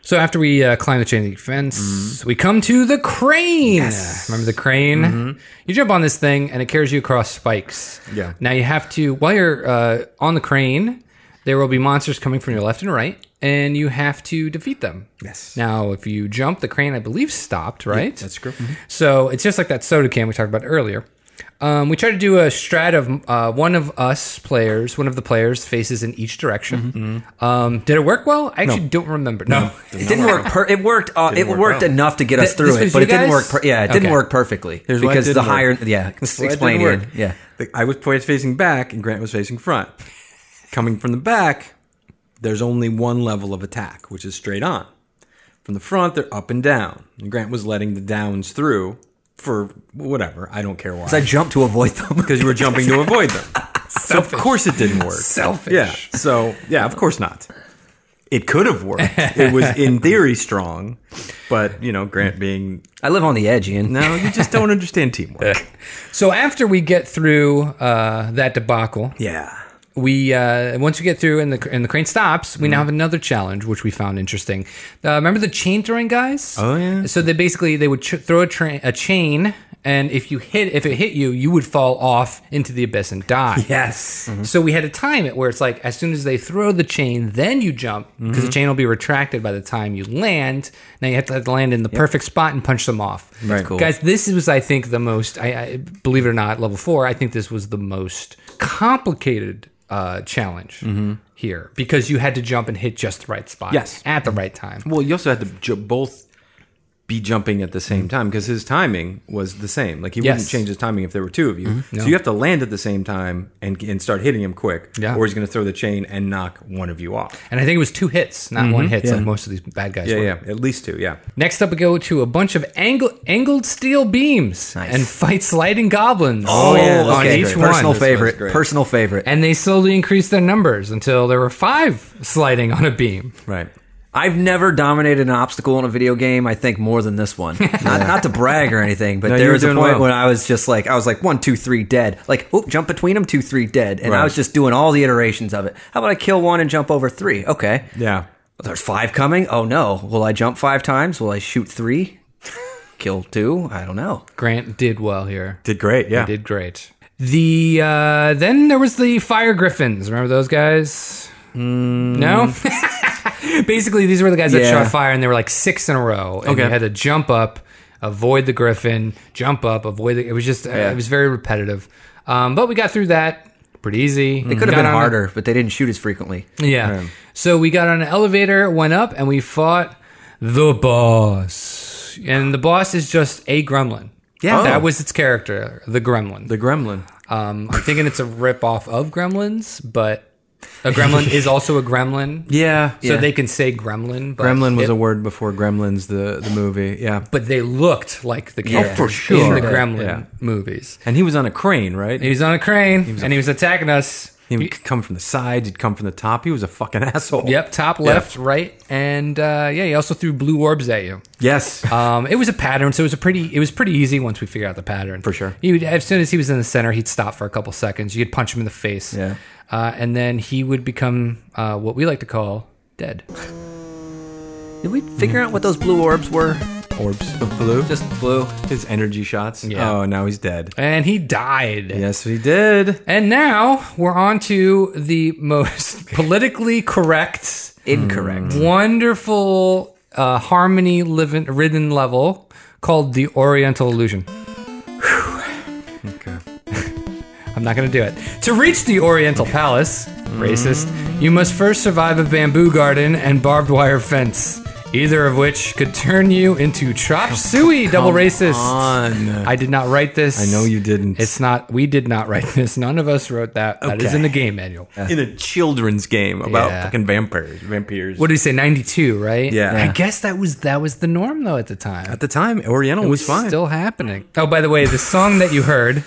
Speaker 3: So after we uh, climb the chain link fence,
Speaker 1: Mm-hmm.
Speaker 3: we come to the crane. Remember the crane? You jump on this thing and it carries you across spikes.
Speaker 1: Mm-hmm. Yeah.
Speaker 3: Now you have to while you're uh, on the crane, there will be monsters coming from your left and right, and you have to defeat them.
Speaker 1: Yes.
Speaker 3: Now if you jump, the crane I believe stopped. Right.
Speaker 1: That's Mm-hmm. cool.
Speaker 3: So it's just like that soda can we talked about earlier. Um, we try to do a strat of uh, one of us players, one of the players faces in each direction.
Speaker 1: Mm-hmm.
Speaker 3: Um, did it work well? I actually don't remember. No,
Speaker 2: It didn't work. Per- it worked. Uh, it
Speaker 1: work
Speaker 2: worked
Speaker 1: well.
Speaker 2: enough to get us
Speaker 3: Th-
Speaker 2: through
Speaker 3: this
Speaker 2: it,
Speaker 3: was
Speaker 2: but
Speaker 3: you
Speaker 2: it didn't work.
Speaker 3: guys?
Speaker 2: Per- yeah, it didn't
Speaker 3: Okay.
Speaker 2: work perfectly
Speaker 1: Here's why it
Speaker 2: because the
Speaker 1: didn't work.
Speaker 2: higher. Yeah, explain
Speaker 1: Well, it
Speaker 2: it.
Speaker 1: didn't
Speaker 2: Yeah,
Speaker 1: work. I was pointed facing back and Grant was facing front. Coming from the back, there's only one level of attack, which is straight on. From the front, they're up and down. And Grant was letting the downs through for whatever. I don't care why.
Speaker 2: so I jumped to avoid them.
Speaker 1: because you were jumping to avoid them. so of course it didn't work.
Speaker 3: selfish.
Speaker 1: Yeah. So yeah, of course not. It could have worked. It was in theory strong, but you know, Grant being
Speaker 2: I live on the edge, Ian.
Speaker 1: no, you just don't understand teamwork.
Speaker 3: So after we get through uh, that debacle,
Speaker 1: yeah.
Speaker 3: we uh, once we get through and the and the crane stops,
Speaker 1: Mm-hmm.
Speaker 3: we now have another challenge which we found interesting. Uh, remember the chain throwing guys?
Speaker 1: Oh, yeah.
Speaker 3: So they basically they would ch- throw a, tra- a chain, and if you hit if it hit you, you would fall off into the abyss and die.
Speaker 2: Yes.
Speaker 1: Mm-hmm.
Speaker 3: So we had to time it where it's like as soon as they throw the chain, then you jump because
Speaker 1: Mm-hmm.
Speaker 3: the chain will be retracted by the time you land. Now you have to, have to land in the perfect spot and punch them off.
Speaker 1: Right. cool.
Speaker 3: guys. This was, I think, the most. I, I believe it or not, level four. I think this was the most complicated uh, challenge here because you had to jump and hit just the right spot.
Speaker 1: Mm-hmm. Yes. Mm-hmm.
Speaker 3: at the right time.
Speaker 1: Well, you also had to j- both be jumping at the same time because his timing was the same. Like he wouldn't
Speaker 3: Yes. Mm-hmm.
Speaker 1: change his timing if there were two of you. So
Speaker 3: No.
Speaker 1: you have to land at the same time and, and start hitting him quick,
Speaker 3: Yeah.
Speaker 1: or he's going to throw the chain and knock one of you off.
Speaker 3: And I think it was two hits, not one hit, like most of these bad guys
Speaker 1: Mm-hmm. Yeah,
Speaker 3: were.
Speaker 1: yeah, at least two. Yeah,
Speaker 3: Next up, we go to a bunch of angle, angled steel beams
Speaker 2: Nice.
Speaker 3: and fight sliding goblins.
Speaker 1: Oh, yeah, that's
Speaker 3: on
Speaker 1: great.
Speaker 3: each one.
Speaker 2: Personal favorite.
Speaker 1: great.
Speaker 2: Personal favorite.
Speaker 3: And they slowly increased their numbers until there were five sliding on a beam.
Speaker 1: right.
Speaker 2: I've never dominated an obstacle in a video game. I think more than this one. Not, not to brag or anything, but
Speaker 1: No, you
Speaker 2: there
Speaker 1: were
Speaker 2: was a
Speaker 1: doing
Speaker 2: point
Speaker 1: well.
Speaker 2: when I was just like, I was like one, two, three, dead. Like, oh, jump between them, two, three, dead. And
Speaker 1: Right.
Speaker 2: I was just doing all the iterations of it. How about I kill one and jump over three? Okay,
Speaker 1: Yeah,
Speaker 2: there's five coming. Oh no, will I jump five times? Will I shoot three? kill two? I don't know.
Speaker 3: Grant did well here.
Speaker 1: did great. Yeah,
Speaker 3: Did great. The uh, then there was the fire griffins. Remember those guys? No. Basically, these were the guys that
Speaker 2: Mm. Yeah.
Speaker 3: shot fire, and they were like six in a row. And you
Speaker 1: Okay.
Speaker 3: had to jump up, avoid the griffin, jump up, avoid. The, it was just uh, it was very repetitive. Um, but we got through that pretty easy.
Speaker 2: It could have been harder, but they didn't shoot as frequently.
Speaker 3: yeah. So we got on an elevator, went up, and we fought the boss. And the boss is just a gremlin.
Speaker 2: Yeah.
Speaker 3: that was its character, the gremlin.
Speaker 1: the Gremlin.
Speaker 3: Um, I'm thinking it's a ripoff of Gremlins, but a gremlin is also a gremlin.
Speaker 1: Yeah,
Speaker 3: So they can say gremlin. But
Speaker 1: Gremlin was
Speaker 3: it-
Speaker 1: a word before Gremlins, the the movie. Yeah,
Speaker 3: But they looked like the character
Speaker 2: for
Speaker 3: in
Speaker 2: sure.
Speaker 3: the gremlin
Speaker 1: Yeah.
Speaker 3: movies.
Speaker 1: and he was on a crane, right?
Speaker 3: He was on a crane and he was attacking us.
Speaker 1: He would come from the sides. He'd come from the top. He was a fucking asshole.
Speaker 3: Yep, top, left, right, and uh, yeah, he also threw blue orbs at you.
Speaker 1: Yes.
Speaker 3: Um, it was a pattern, so it was a pretty. It was pretty easy once we figured out the pattern. For
Speaker 1: sure.
Speaker 3: He would, as soon as he was in the center, he'd stop for a couple seconds. You could punch him in the face.
Speaker 2: Yeah.
Speaker 3: Uh, and then he would become uh, what we like to call dead.
Speaker 2: Did we figure out what those blue orbs were?
Speaker 1: Orbs of blue. Just
Speaker 2: Just blue.
Speaker 1: his energy shots.
Speaker 3: Yeah.
Speaker 1: Oh, now he's dead.
Speaker 3: And he died.
Speaker 1: Yes, he did.
Speaker 3: And now we're on to the most politically correct,
Speaker 2: Incorrect.
Speaker 1: Mm.
Speaker 3: wonderful, uh, harmony livin- ridden level called the Oriental Illusion.
Speaker 1: Okay.
Speaker 3: I'm not going to do it. To reach the Oriental Palace, racist, you must first survive a bamboo garden and barbed wire fence, either of which could turn you into chop suey, double racist.
Speaker 1: On.
Speaker 3: I did not write this.
Speaker 1: I know you didn't.
Speaker 3: It's not. We did not write this. None of us wrote that. That is
Speaker 1: Okay.
Speaker 3: in the game manual.
Speaker 1: in a children's game about
Speaker 3: Yeah.
Speaker 1: fucking vampires. Vampires.
Speaker 3: What did he say? Ninety two, right?
Speaker 1: Yeah. Yeah.
Speaker 3: I guess that was that was the norm though at the time.
Speaker 1: At the time, Oriental was fine.
Speaker 3: Still happening. Oh, by the way, the song that you heard.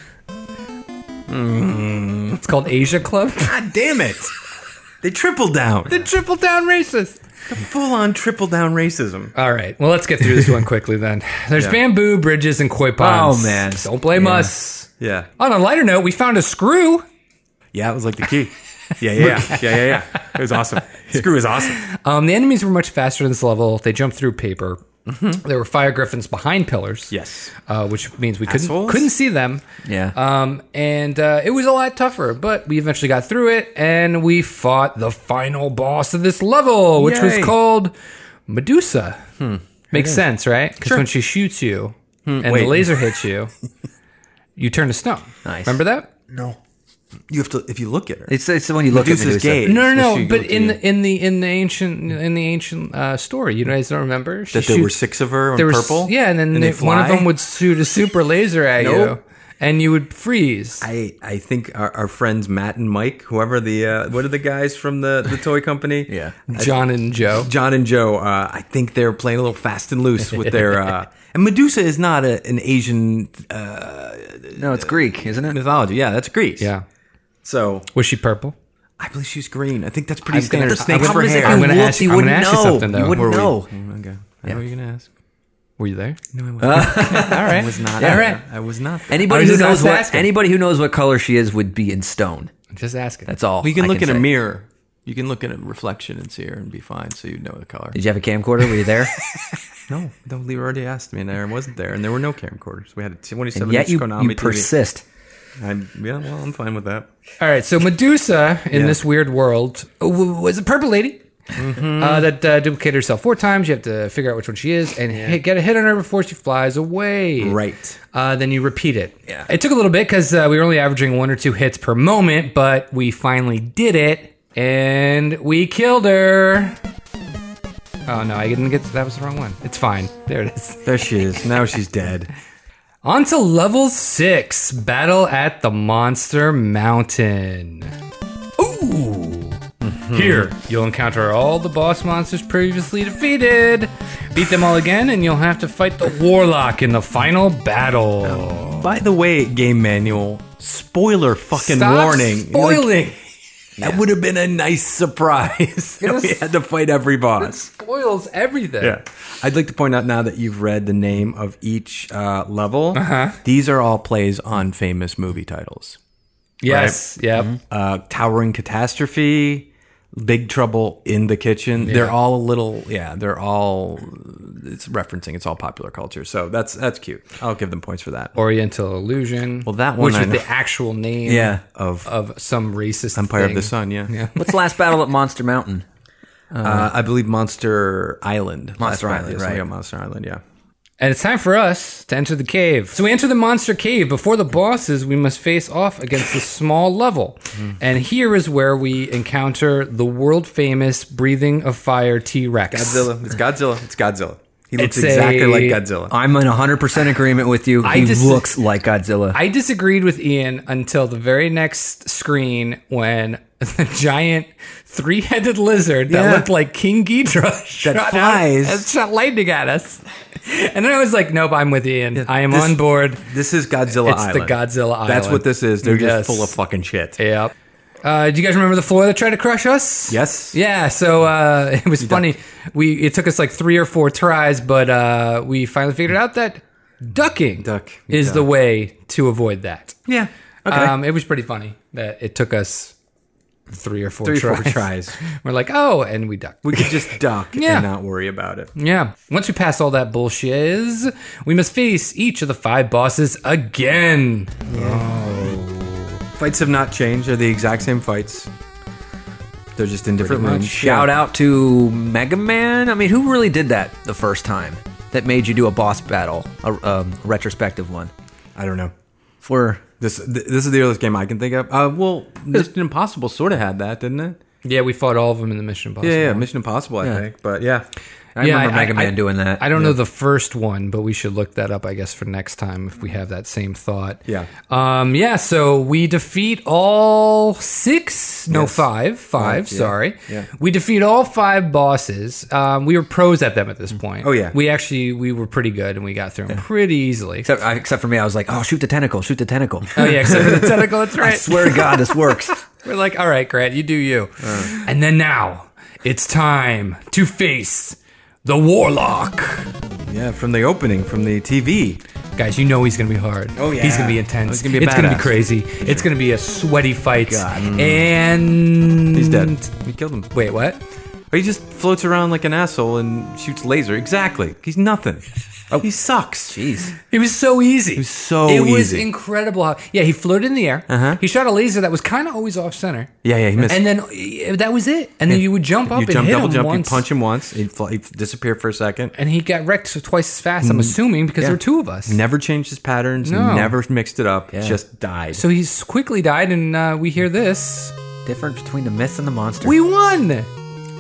Speaker 1: Mm.
Speaker 3: It's called Asia Club.
Speaker 1: God damn it! They tripled down.
Speaker 3: the triple down racist.
Speaker 1: Full on triple down racism.
Speaker 3: All right. Well, let's get through this one quickly then. There's bamboo bridges and koi ponds.
Speaker 2: Oh, man.
Speaker 3: Don't blame us.
Speaker 1: Yeah.
Speaker 3: On a lighter note, we found a screw.
Speaker 1: Yeah, it was like the key. Yeah, yeah, yeah, yeah, yeah. yeah. It was awesome. Screw is awesome.
Speaker 3: Um, the enemies were much faster in this level. They jumped through paper. There were fire griffins behind pillars.
Speaker 1: Mm-hmm. Yes.
Speaker 3: uh, which means we couldn't
Speaker 1: Assholes?
Speaker 3: couldn't see them.
Speaker 2: Yeah.
Speaker 3: Um, and uh, it was a lot tougher, but we eventually got through it, and we fought the final boss of this level, which was
Speaker 1: Yay. Hmm.
Speaker 3: called Medusa. Makes sense, right? Because when she shoots you and
Speaker 1: wait.
Speaker 3: the laser hits you, you turn to stone.
Speaker 2: Nice.
Speaker 3: Remember that?
Speaker 1: You have to if you look at her.
Speaker 2: It's, it's when you look
Speaker 1: Medusa's
Speaker 2: at Medusa.
Speaker 1: gaze.
Speaker 3: No,
Speaker 1: Does
Speaker 3: no,
Speaker 1: she
Speaker 3: no. But
Speaker 1: look at
Speaker 3: in
Speaker 1: you?
Speaker 3: the in the in the ancient in the ancient uh, story, you guys don't remember She
Speaker 1: that there were
Speaker 3: shoots-
Speaker 1: six of her in
Speaker 3: there was
Speaker 1: purple.
Speaker 3: Yeah, and then
Speaker 1: and
Speaker 3: they-
Speaker 1: they,
Speaker 3: one of
Speaker 1: fly?
Speaker 3: them would shoot a super laser at
Speaker 1: Nope.
Speaker 3: you, and you would freeze.
Speaker 1: I, I think our, our friends Matt and Mike, whoever the uh, what are the guys from the, the toy company?
Speaker 2: Yeah.
Speaker 3: John and Joe.
Speaker 1: John and Joe. Uh, I think they're playing a little fast and loose with their. Uh, and Medusa is not a, an Asian
Speaker 2: No, it's Greek, isn't it?
Speaker 1: mythology. Yeah, that's Greece.
Speaker 3: Yeah.
Speaker 1: So
Speaker 3: Was she purple?
Speaker 1: I believe she's green. I think that's pretty
Speaker 3: gonna-
Speaker 1: standard.
Speaker 3: The snakes
Speaker 1: How
Speaker 3: were
Speaker 1: is it
Speaker 3: hair.
Speaker 1: I
Speaker 3: I'm gonna
Speaker 1: looked-
Speaker 3: ask you- I'm gonna ask you something, though.
Speaker 2: You
Speaker 1: Were
Speaker 2: wouldn't
Speaker 1: we?
Speaker 2: know.
Speaker 1: Mm, Okay. I know what you're gonna ask.
Speaker 3: Were you there? Ah.
Speaker 1: No, I wasn't.
Speaker 3: All
Speaker 1: I
Speaker 3: right.
Speaker 1: was not.
Speaker 3: All
Speaker 1: there.
Speaker 3: right.
Speaker 1: I was not. there.
Speaker 2: Anybody
Speaker 3: I
Speaker 2: who
Speaker 3: was just
Speaker 2: knows what
Speaker 3: asking.
Speaker 2: anybody who knows what color she is would be in stone.
Speaker 3: Just asking.
Speaker 2: That's all.
Speaker 1: You can
Speaker 2: I
Speaker 1: look in a
Speaker 2: say.
Speaker 1: mirror. You can look in a reflection and see her and be fine, so you know the color.
Speaker 2: Did you have a camcorder? Were you there?
Speaker 1: No, no, Lee already asked me, and I wasn't there, and there were no camcorders. We had a 27
Speaker 2: and yet
Speaker 1: inch
Speaker 2: you,
Speaker 1: Konami
Speaker 2: you persist.
Speaker 1: TV. I'm, yeah, well, I'm fine with that.
Speaker 3: All right. So Medusa in
Speaker 1: Yeah.
Speaker 3: this weird world uh, w- was a purple lady
Speaker 1: Mm-hmm.
Speaker 3: uh, that uh, duplicated herself four times. You have to figure out which one she is and hit, get a hit on her before she flies away.
Speaker 1: Right.
Speaker 3: Uh, then you repeat it.
Speaker 2: Yeah.
Speaker 3: It took a little bit because uh, we were only averaging one or two hits per moment, but we finally did it and we killed her. Oh no, I didn't get that. Was the wrong one. It's fine. There it is.
Speaker 1: There she is. Now she's dead.
Speaker 3: On to level six battle at the Monster Mountain. Ooh! Here, you'll encounter all the boss monsters previously defeated. Beat them all again, and you'll have to fight the Warlock in the final battle.
Speaker 1: By the way, game manual, spoiler fucking
Speaker 3: Stop
Speaker 1: warning. Like,
Speaker 3: Spoiling!
Speaker 1: that would have been a nice surprise. that we
Speaker 3: Yes.
Speaker 1: had to fight every boss.
Speaker 3: spoils everything.
Speaker 1: I'd like to point out now that you've read the name of each uh, level,
Speaker 3: Uh-huh.
Speaker 1: these are all plays on famous movie titles
Speaker 3: Yes, yep.
Speaker 1: uh, Towering Catastrophe, Big Trouble in the Kitchen. They're all a little, yeah, they're all, it's referencing, it's all popular culture. So that's that's cute. I'll give them points for that.
Speaker 3: Oriental Illusion.
Speaker 1: Well, that one
Speaker 3: Which
Speaker 1: I
Speaker 3: is
Speaker 1: know.
Speaker 3: the actual name
Speaker 1: yeah. Of
Speaker 3: of some racist
Speaker 1: Empire of the
Speaker 3: thing.
Speaker 1: Sun, yeah.
Speaker 3: Yeah.
Speaker 2: What's the last battle at Monster Mountain?
Speaker 1: Uh, I believe Monster Island. Last
Speaker 2: Island,
Speaker 1: battle, yes,
Speaker 2: right.
Speaker 1: Yeah, Monster Island, yeah.
Speaker 3: And it's time for us to enter the cave. So we enter the monster cave. Before the bosses, we must face off against a small level.
Speaker 1: Mm-hmm.
Speaker 3: And here is where we encounter the world famous breathing of fire T Rex.
Speaker 1: Godzilla. It's Godzilla. It's Godzilla. He looks
Speaker 3: It's
Speaker 1: exactly
Speaker 3: a-
Speaker 1: like Godzilla.
Speaker 2: I'm in 100% agreement with you.
Speaker 3: I
Speaker 2: he
Speaker 3: just-
Speaker 2: looks like Godzilla.
Speaker 3: I disagreed with Ian until the very next screen when the giant three headed lizard that
Speaker 1: Yeah.
Speaker 3: looked like King Ghidra shot, out-
Speaker 1: flies.
Speaker 3: and shot lightning at us. And then I was like, nope, I'm with Ian. I am
Speaker 1: this-
Speaker 3: on board.
Speaker 1: This is Godzilla
Speaker 3: It's the
Speaker 1: Island.
Speaker 3: Godzilla
Speaker 1: That's
Speaker 3: Island.
Speaker 1: what this is. They're
Speaker 3: Yes.
Speaker 1: just full of fucking shit.
Speaker 3: Yep. Uh, do you guys remember the floor that tried to crush us?
Speaker 1: Yes.
Speaker 3: Yeah. So uh, it was funny. We it took us like three or four tries, but uh, we finally figured out that ducking
Speaker 1: Duck.
Speaker 3: is
Speaker 1: Duck.
Speaker 3: the way to avoid that.
Speaker 1: Yeah. Okay.
Speaker 2: Uh,
Speaker 3: Um, it was pretty funny that it took us three or four
Speaker 1: Three,
Speaker 3: tries.
Speaker 1: four tries.
Speaker 3: We're like, oh, and we ducked.
Speaker 1: We could just duck
Speaker 3: Yeah.
Speaker 1: and not worry about it.
Speaker 3: Yeah. Once we pass all that bullshit, we must face each of the five bosses again.
Speaker 1: Fights have not changed. They're the exact same fights. They're just in different
Speaker 3: Pretty much.
Speaker 1: rooms.
Speaker 2: Shout out to Mega Man. I mean, who really did that the first time? That made you do a boss battle, a um, retrospective one.
Speaker 1: I don't know.
Speaker 2: For
Speaker 1: This th- this is the earliest game I can think of. Uh, well, Mission Impossible sort of had that, didn't it?
Speaker 3: Yeah, we fought all of them in the Mission Impossible.
Speaker 1: Yeah, yeah, Mission Impossible, I
Speaker 2: Yeah.
Speaker 1: think. But yeah,
Speaker 2: I remember Mega Man doing that.
Speaker 3: I don't know the first one, but we should look that up, I guess, for next time if we have that same thought.
Speaker 1: Yeah.
Speaker 3: Um. Yeah. So we defeat all six. No,
Speaker 1: Yes.
Speaker 3: five. Five.
Speaker 1: yeah.
Speaker 3: Sorry.
Speaker 1: Yeah.
Speaker 3: We defeat all five bosses. Um. We were pros at them at this point.
Speaker 1: Oh, yeah.
Speaker 3: We actually we were pretty good and we got through them pretty easily.
Speaker 2: except, I- except for me, I was like, oh, shoot the tentacle, shoot the tentacle.
Speaker 3: oh yeah. Except for the tentacle. That's right.
Speaker 2: I swear to God, this works.
Speaker 3: We're like, all right, Grant, you do you.
Speaker 1: Uh.
Speaker 3: And then now it's time to face the warlock.
Speaker 1: yeah, from the opening, from the TV.
Speaker 3: Guys, you know he's gonna be hard.
Speaker 1: Oh, yeah.
Speaker 3: he's gonna be
Speaker 1: He's
Speaker 3: intense.
Speaker 1: gonna be a
Speaker 3: it's gonna be
Speaker 1: badass.
Speaker 3: crazy. It's gonna be a sweaty fight.
Speaker 1: God.
Speaker 3: And
Speaker 1: Mm. He's dead. We killed him.
Speaker 3: Wait, what?
Speaker 1: He just floats around like an asshole and shoots laser. Exactly. He's nothing. Oh, he sucks.
Speaker 2: Jeez.
Speaker 3: It was so easy. It
Speaker 1: was so
Speaker 3: It was
Speaker 1: easy.
Speaker 3: incredible. How, yeah, he floated in the air.
Speaker 1: Uh-huh.
Speaker 3: He shot a laser that was kind of always off center.
Speaker 1: Yeah, yeah, he missed.
Speaker 3: And then eh, that was it. And then you would jump up
Speaker 1: you
Speaker 3: and
Speaker 1: jump,
Speaker 3: hit
Speaker 1: double
Speaker 3: him
Speaker 1: jump,
Speaker 3: once.
Speaker 1: you punch him once, he'd, fly, he'd disappear for a second.
Speaker 3: and he got wrecked twice as fast.
Speaker 1: Mm.
Speaker 3: I'm assuming because there were two of us.
Speaker 1: Never changed his patterns,
Speaker 3: No.
Speaker 1: never mixed it up, just died.
Speaker 3: So he's quickly died, and uh, we hear this.
Speaker 2: Difference between the myth and the monster.
Speaker 3: We won.
Speaker 1: yeah,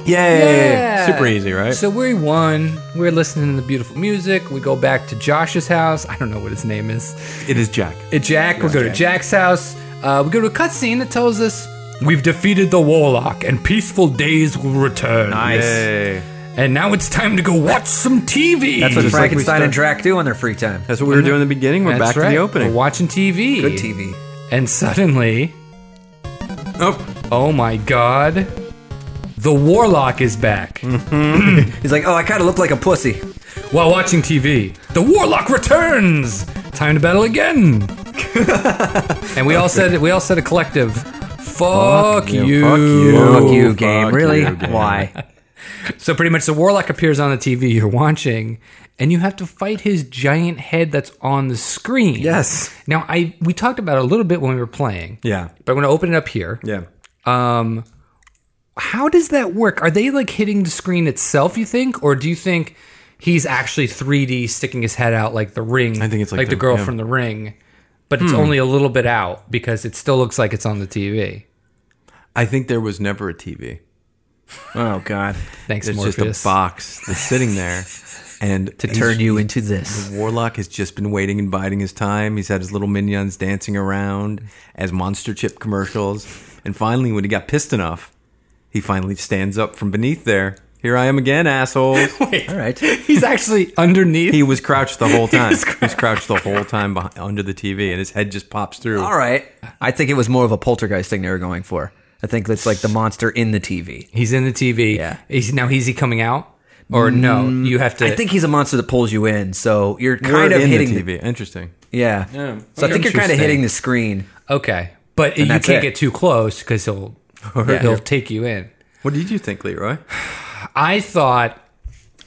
Speaker 3: Yeah.
Speaker 1: Super easy, right?
Speaker 3: So we won. We're listening to the beautiful music. We go back to Josh's house. I don't know what his name is.
Speaker 1: it is Jack.
Speaker 3: Uh, Jack. we go to Jack's house. Uh, we go to a cutscene that tells us we've defeated the warlock and peaceful days will return.
Speaker 1: Yay.
Speaker 3: And now it's time to go watch some TV.
Speaker 2: That's what
Speaker 1: Just like we
Speaker 2: Frankenstein and
Speaker 1: start-
Speaker 2: Drac do on their free time.
Speaker 1: That's what we were doing in the beginning. We're
Speaker 3: That's
Speaker 1: back to
Speaker 3: right.
Speaker 1: the opening.
Speaker 3: We're watching TV.
Speaker 2: Good TV.
Speaker 3: And suddenly,
Speaker 1: Oh,
Speaker 3: oh my god, the warlock is back.
Speaker 2: He's like, oh, I kind of look like a pussy.
Speaker 3: While watching TV, the warlock returns. Time to battle again. and we all said we all said a collective. Fuck, you.
Speaker 2: Fuck you, game.
Speaker 1: Fuck
Speaker 2: really?
Speaker 1: you, game.
Speaker 2: Why?
Speaker 3: So pretty much the warlock appears on the TV you're watching and you have to fight his giant head that's on the screen.
Speaker 1: Yes.
Speaker 3: Now I we talked about it a little bit when we were playing.
Speaker 1: Yeah.
Speaker 3: But I'm going to open it up here.
Speaker 1: Yeah.
Speaker 3: Um how does that work? Are they like hitting the screen itself, you think? Or do you think he's actually 3D sticking his head out like the ring?
Speaker 1: I think it's like
Speaker 3: the,
Speaker 1: the-
Speaker 3: girl
Speaker 1: yeah. Hmm.
Speaker 3: from the ring, but it's only a little bit out because it still looks like it's on the TV.
Speaker 1: I think there was never a TV.
Speaker 2: Oh God,
Speaker 3: Thanks,
Speaker 1: It's
Speaker 3: Morpheus.
Speaker 1: just a box that's sitting there, and
Speaker 2: to turn you into this.
Speaker 1: Warlock has just been waiting and biding his time. He's had his little minions dancing around as monster chip commercials. And finally, when he got pissed enough, he finally stands up from beneath there. Here I am again, assholes.
Speaker 2: All right.
Speaker 3: He's actually underneath.
Speaker 1: he was crouched the whole time.
Speaker 2: was
Speaker 1: He's crouched the whole time behind, under the TV, and his head just pops through.
Speaker 2: All right. I think it was more of a poltergeist thing they were going for. I think that's like the monster in the TV.
Speaker 3: he's in the TV.
Speaker 2: Yeah.
Speaker 3: He's, now is he coming out or no?
Speaker 1: Mm,
Speaker 3: You have to.
Speaker 2: I think he's a monster that pulls you in, so you're
Speaker 1: Word
Speaker 2: kind of
Speaker 1: in
Speaker 2: hitting
Speaker 1: the
Speaker 2: the,
Speaker 1: TV. Interesting.
Speaker 2: yeah. So I think you're kind of
Speaker 3: Interesting.
Speaker 2: hitting the screen.
Speaker 3: Okay, but you
Speaker 2: that's
Speaker 3: can't
Speaker 2: it.
Speaker 3: get too close because he'll he'll take you in.
Speaker 1: What did you think, Leroy?
Speaker 3: I thought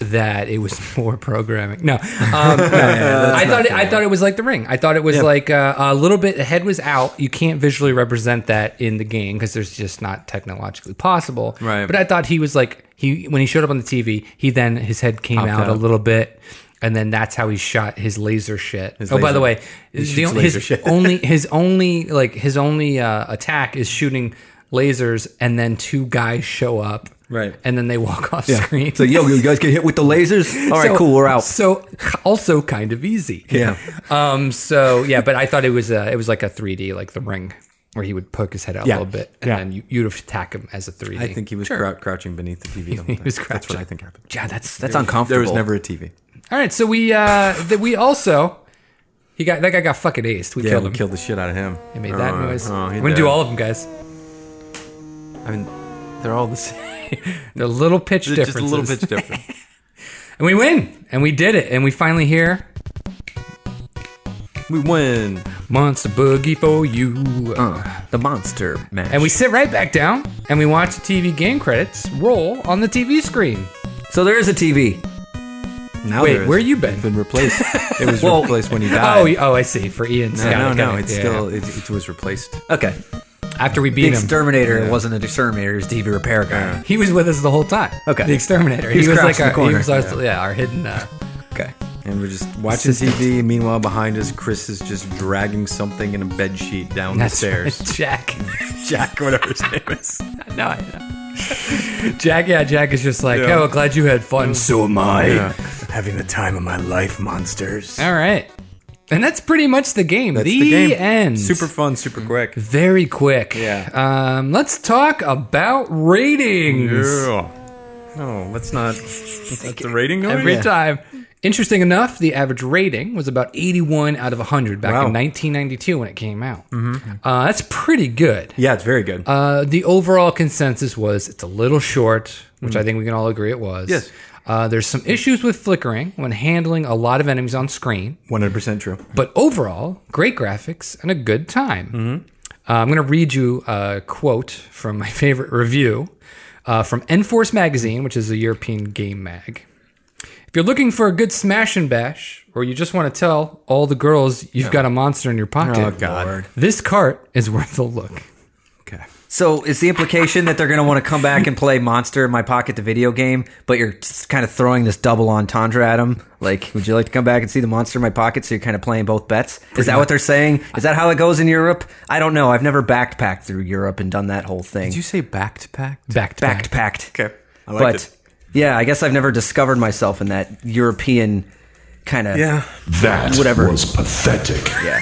Speaker 3: that it was more programming. No, um, no, I thought it, I thought it was like The Ring. I thought it was like uh, a little bit. The head was out. You can't visually represent that in the game because there's just not technologically possible.
Speaker 1: Right.
Speaker 3: But I thought he was like he when he showed up on the TV. He then his head came
Speaker 1: Popped
Speaker 3: out a
Speaker 1: out.
Speaker 3: little bit. And then that's how he shot his laser shit.
Speaker 1: His
Speaker 3: oh, by
Speaker 1: laser-
Speaker 3: the way,
Speaker 1: he
Speaker 3: the
Speaker 1: shoots
Speaker 3: on-
Speaker 1: laser
Speaker 3: his
Speaker 1: shit.
Speaker 3: only his only like his only uh, attack is shooting lasers, and then two guys show up,
Speaker 1: Right.
Speaker 3: And then they walk off screen.
Speaker 2: So yo, you guys get hit with the lasers. All right,
Speaker 3: So-
Speaker 2: cool. We're out.
Speaker 3: So also kind of easy.
Speaker 2: Yeah.
Speaker 3: Um. So yeah, but I thought it was a, it was like a 3D, like the ring, where he would poke his head out
Speaker 1: Yeah.
Speaker 3: a little bit, and
Speaker 1: Yeah.
Speaker 3: then you, you'd attack him as a 3D.
Speaker 1: I think he was crou- crouching beneath the TV. The whole time.
Speaker 3: was
Speaker 1: That's what
Speaker 3: crouching.
Speaker 1: I think happened.
Speaker 2: Yeah, that's that's
Speaker 1: There
Speaker 2: uncomfortable.
Speaker 1: was never a TV.
Speaker 3: All right. So we uh th- we also. He got that guy got fucking aced. We
Speaker 1: Yeah,
Speaker 3: killed
Speaker 1: we
Speaker 3: him.
Speaker 1: killed the shit out of him.
Speaker 3: He made that
Speaker 1: Oh,
Speaker 3: noise.
Speaker 1: oh, he
Speaker 3: We're gonna
Speaker 1: did.
Speaker 3: do all of them, guys.
Speaker 1: I mean, they're all the same.
Speaker 3: The little pitch
Speaker 1: They're just
Speaker 3: differences.
Speaker 1: a little bit different.
Speaker 3: And we win, and we did it, and we finally hear
Speaker 1: we win.
Speaker 3: Monster Boogie for you.
Speaker 2: Uh, the monster match.
Speaker 3: And we sit right back down, and we watch the TV game credits roll on the TV screen.
Speaker 2: so there is a TV.
Speaker 1: Now
Speaker 3: Wait,
Speaker 1: there is.
Speaker 3: where you been?
Speaker 1: It's been replaced. It was
Speaker 2: Well,
Speaker 1: replaced when he
Speaker 3: Oh,
Speaker 1: died.
Speaker 3: y- oh, I see. For Ian's.
Speaker 1: no,
Speaker 3: Got
Speaker 1: no,
Speaker 3: it, got
Speaker 1: no.
Speaker 3: it.
Speaker 1: It's
Speaker 3: Yeah.
Speaker 1: still it, it was replaced.
Speaker 2: Okay.
Speaker 3: after we
Speaker 2: The
Speaker 3: beat him.
Speaker 2: exterminator wasn't a exterminator. It was the TV repair guy.
Speaker 3: he was with us the whole time.
Speaker 2: Okay.
Speaker 3: the exterminator.
Speaker 2: He was crouched in
Speaker 3: our,
Speaker 2: the corner.
Speaker 3: He was our, yeah. our hidden. Uh,
Speaker 2: Okay.
Speaker 1: And we're just watching TV. Meanwhile, behind us, Chris is just dragging something in a bed sheet down the
Speaker 3: that's
Speaker 1: stairs.
Speaker 3: right, Jack.
Speaker 1: Jack, whatever his name is.
Speaker 3: no, I know. Jack, yeah, Jack is just like, oh, glad you had fun.
Speaker 1: So am I. Having the time of my life, monsters.
Speaker 3: All right, and that's pretty much the game.
Speaker 1: That's the,
Speaker 3: the,
Speaker 1: game.
Speaker 3: end.
Speaker 1: Super fun, super quick.
Speaker 3: very quick.
Speaker 1: Yeah.
Speaker 3: Um, let's talk about ratings.
Speaker 1: No, let's not. That's a rating going?
Speaker 3: Every time. Interesting enough, the average rating was about 81 out of 100 back
Speaker 1: Wow. Mm-hmm.
Speaker 3: in 1992 when it came out. Uh, that's pretty good.
Speaker 1: Yeah, it's very good.
Speaker 3: Uh, the overall consensus was it's a little short, which I think we can all agree it was.
Speaker 1: Mm. Yes.
Speaker 3: Uh, there's some issues with flickering when handling a lot of enemies on screen,
Speaker 1: 100% true.
Speaker 3: but overall, great graphics and a good time.
Speaker 1: Mm-hmm.
Speaker 3: Uh, I'm going to read you a quote from my favorite review uh, from Enforce Magazine, which is a European game mag. If you're looking for a good smash and bash, or you just want to tell all the girls you've got a monster in your pocket,
Speaker 1: Oh, God. Lord.
Speaker 3: this cart is worth a look.
Speaker 1: Okay.
Speaker 2: So is the implication that they're going to want to come back and play Monster in My Pocket, the video game, but you're kind of throwing this double entendre at them? Like, would you like to come back and see the Monster in My Pocket? So you're kind of playing both bets. is that what they're saying? Is that how it goes in Europe? I don't know. I've never backpacked through Europe and done that whole thing.
Speaker 1: Did you say backed pack?
Speaker 3: Back to back.
Speaker 2: backpacked?
Speaker 1: Okay. I liked
Speaker 2: but
Speaker 1: it.
Speaker 2: yeah, I guess I've never discovered myself in that European kind of.
Speaker 1: Yeah.
Speaker 5: That
Speaker 2: Whatever.
Speaker 5: was pathetic.
Speaker 2: yeah.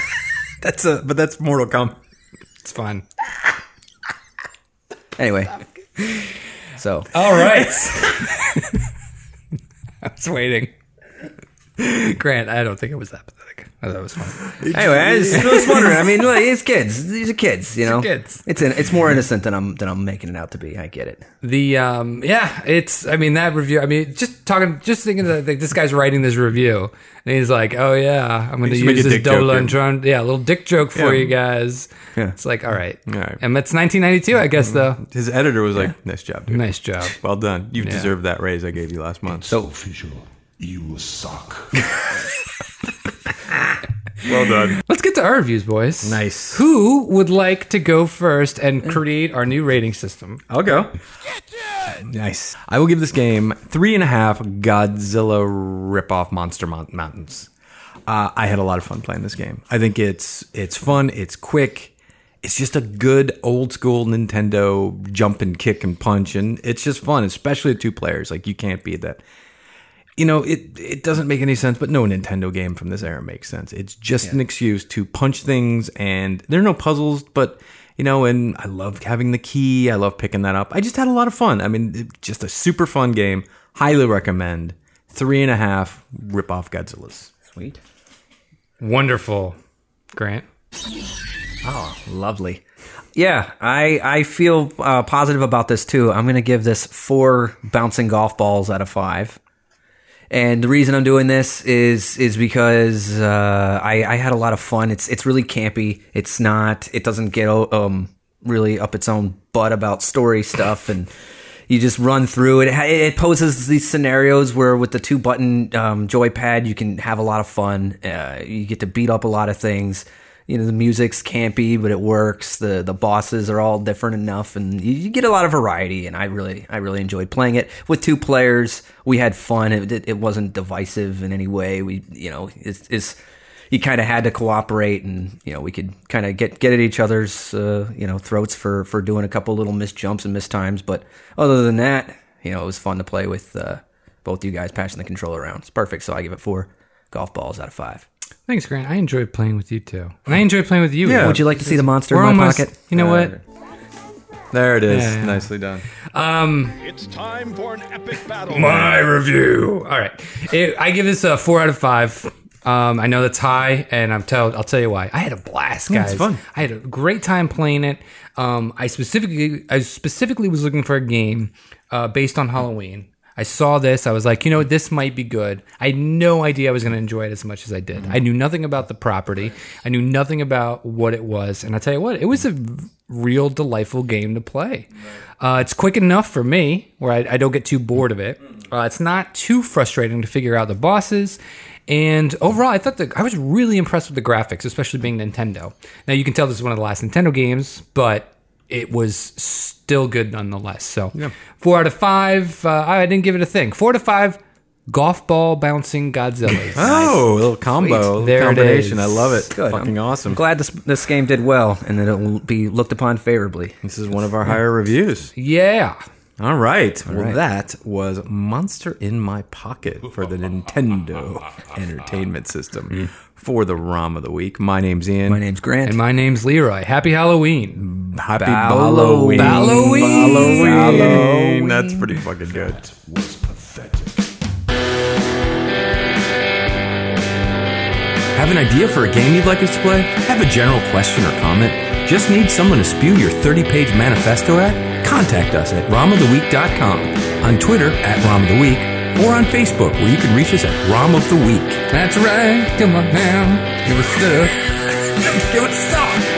Speaker 1: That's a, but that's Mortal Kombat.
Speaker 3: It's fun.
Speaker 2: Anyway. So
Speaker 3: All right. I was waiting. Grant, I don't think it was that pathetic. I thought it was fun.
Speaker 2: Anyway, I was, I was wondering. I mean, like, it's kids. These are kids, you know.
Speaker 3: kids.
Speaker 2: It's in, it's more innocent than I'm than I'm making it out to be. I get it.
Speaker 3: The um, yeah, it's. I mean, that review. I mean, just talking, just thinking that like, this guy's writing this review, and he's like, "Oh yeah, I'm going to
Speaker 1: Just make
Speaker 3: use
Speaker 1: a
Speaker 3: this
Speaker 1: dick joke
Speaker 3: double
Speaker 1: here.
Speaker 3: entendre. Yeah, a little dick joke for
Speaker 1: Yeah.
Speaker 3: you guys."
Speaker 2: Yeah.
Speaker 3: It's like, all right, all
Speaker 1: right. Mm-hmm.
Speaker 3: and that's 1992, I guess. Though,
Speaker 1: His editor was like, nice job, dude.
Speaker 3: nice job.
Speaker 1: Well done. You've deserved that raise I gave you last month. So
Speaker 5: Official, Oh, you suck.
Speaker 1: well done.
Speaker 3: Let's get to our reviews, boys.
Speaker 1: Nice.
Speaker 3: Who would like to go first and
Speaker 2: Uh,
Speaker 3: create our new rating system?
Speaker 1: I'll go. Nice. I will give this game three and a half Godzilla ripoff Monster Mount- Mountains. Uh, I had a lot of fun playing this game. I think it's it's fun. It's quick. It's just a good old school Nintendo jump and kick and punch, and it's just fun, especially two players. Like you can't beat that. You know, it it doesn't make any sense, but no Nintendo game from this era makes sense. It's just an excuse to punch things, and there are no puzzles, but you know, and I love having the key. I love picking that up. I just had a lot of fun. I mean, it- just a super fun game. Highly recommend. Three and a half rip off Godzilla's.
Speaker 2: Sweet.
Speaker 3: Wonderful, Grant.
Speaker 2: Lovely. Yeah, I I feel uh, positive about this too. I'm going to give this four bouncing golf balls out of five. And the reason I'm doing this is is because uh, I I had a lot of fun. It's it's really campy. It's not. It doesn't get um really up its own butt about story stuff and. You just run through it. It ha- It poses these scenarios where, with the two button um, joypad, you can have a lot of fun. Uh, you get to beat up a lot of things you know the music's campy but it works the the bosses are all different enough and you, you get a lot of variety and i really i really enjoyed playing it with two players we had fun it, it, it wasn't divisive in any way we you know it's, it's you kind of had to cooperate and you know we could kind of get get at each other's uh, you know throats for for doing a couple little missed jumps and missed times but other than that you know it was fun to play with uh, both you guys passing the controller around it's perfect so i give it four golf balls out of five
Speaker 3: Thanks, Grant. I enjoy playing with you too, and I enjoy playing with you.
Speaker 1: Yeah. Uh,
Speaker 2: would you like to see the monster
Speaker 3: We're
Speaker 2: in my
Speaker 3: almost-
Speaker 2: pocket
Speaker 3: you know what?
Speaker 1: There it is.
Speaker 3: Yeah, yeah.
Speaker 1: Nicely done.
Speaker 5: It's time for an epic battle.
Speaker 3: My review. All right, It- I give this a four out of five. Um, I know that's high, and I'm tell I'll tell you why. I had a blast, guys.
Speaker 1: it's fun.
Speaker 3: I had a great time playing it. Um, I specifically, I specifically was looking for a game uh, based on Halloween. I saw this. I was like, you know, what, this might be good. I had no idea I was going to enjoy it as much as I
Speaker 1: Mm-hmm.
Speaker 3: did. I knew nothing about the property. I knew nothing about what it was. And I tell you what, it was a v- real delightful game to play. Uh, it's quick enough for me where I, I don't get too bored of it.
Speaker 1: Mm-hmm.
Speaker 3: Uh, it's not too frustrating to figure out the bosses. And overall, I thought that I was really impressed with the graphics, especially being Nintendo. Now you can tell this is one of the last Nintendo games, but it was still good nonetheless. So four out of five. Uh, I didn't give it a thing. Four out of five. Golf ball bouncing Godzillas.
Speaker 1: Oh, a little combo, a little
Speaker 3: There it
Speaker 1: combination. I
Speaker 3: is.
Speaker 1: love it.
Speaker 2: Good.
Speaker 1: Fucking
Speaker 2: I'm-
Speaker 1: awesome.
Speaker 2: I'm glad this this game did well and that it will be looked upon favorably.
Speaker 1: This is one of our higher reviews.
Speaker 3: Yeah.
Speaker 1: All right. well, that was Monster in My Pocket for the Nintendo Entertainment System for the ROM of the Week. My name's Ian.
Speaker 2: My name's Grant.
Speaker 3: And my name's Leroy. Happy Halloween.
Speaker 1: Happy
Speaker 2: Ballo-
Speaker 1: Halloween.
Speaker 3: Halloween.
Speaker 1: Halloween. That's pretty fucking good.
Speaker 5: That was pathetic.
Speaker 1: Have an idea for a game you'd like us to play? Have a general question or comment? Just need someone to spew your 30 page manifesto at? Contact us at romoftheweek.com, on Twitter at ROM of the Week, or on Facebook where you can reach us at ROM of the Week.
Speaker 3: That's right. Come on now. Give us stuff.
Speaker 1: Give it stuff!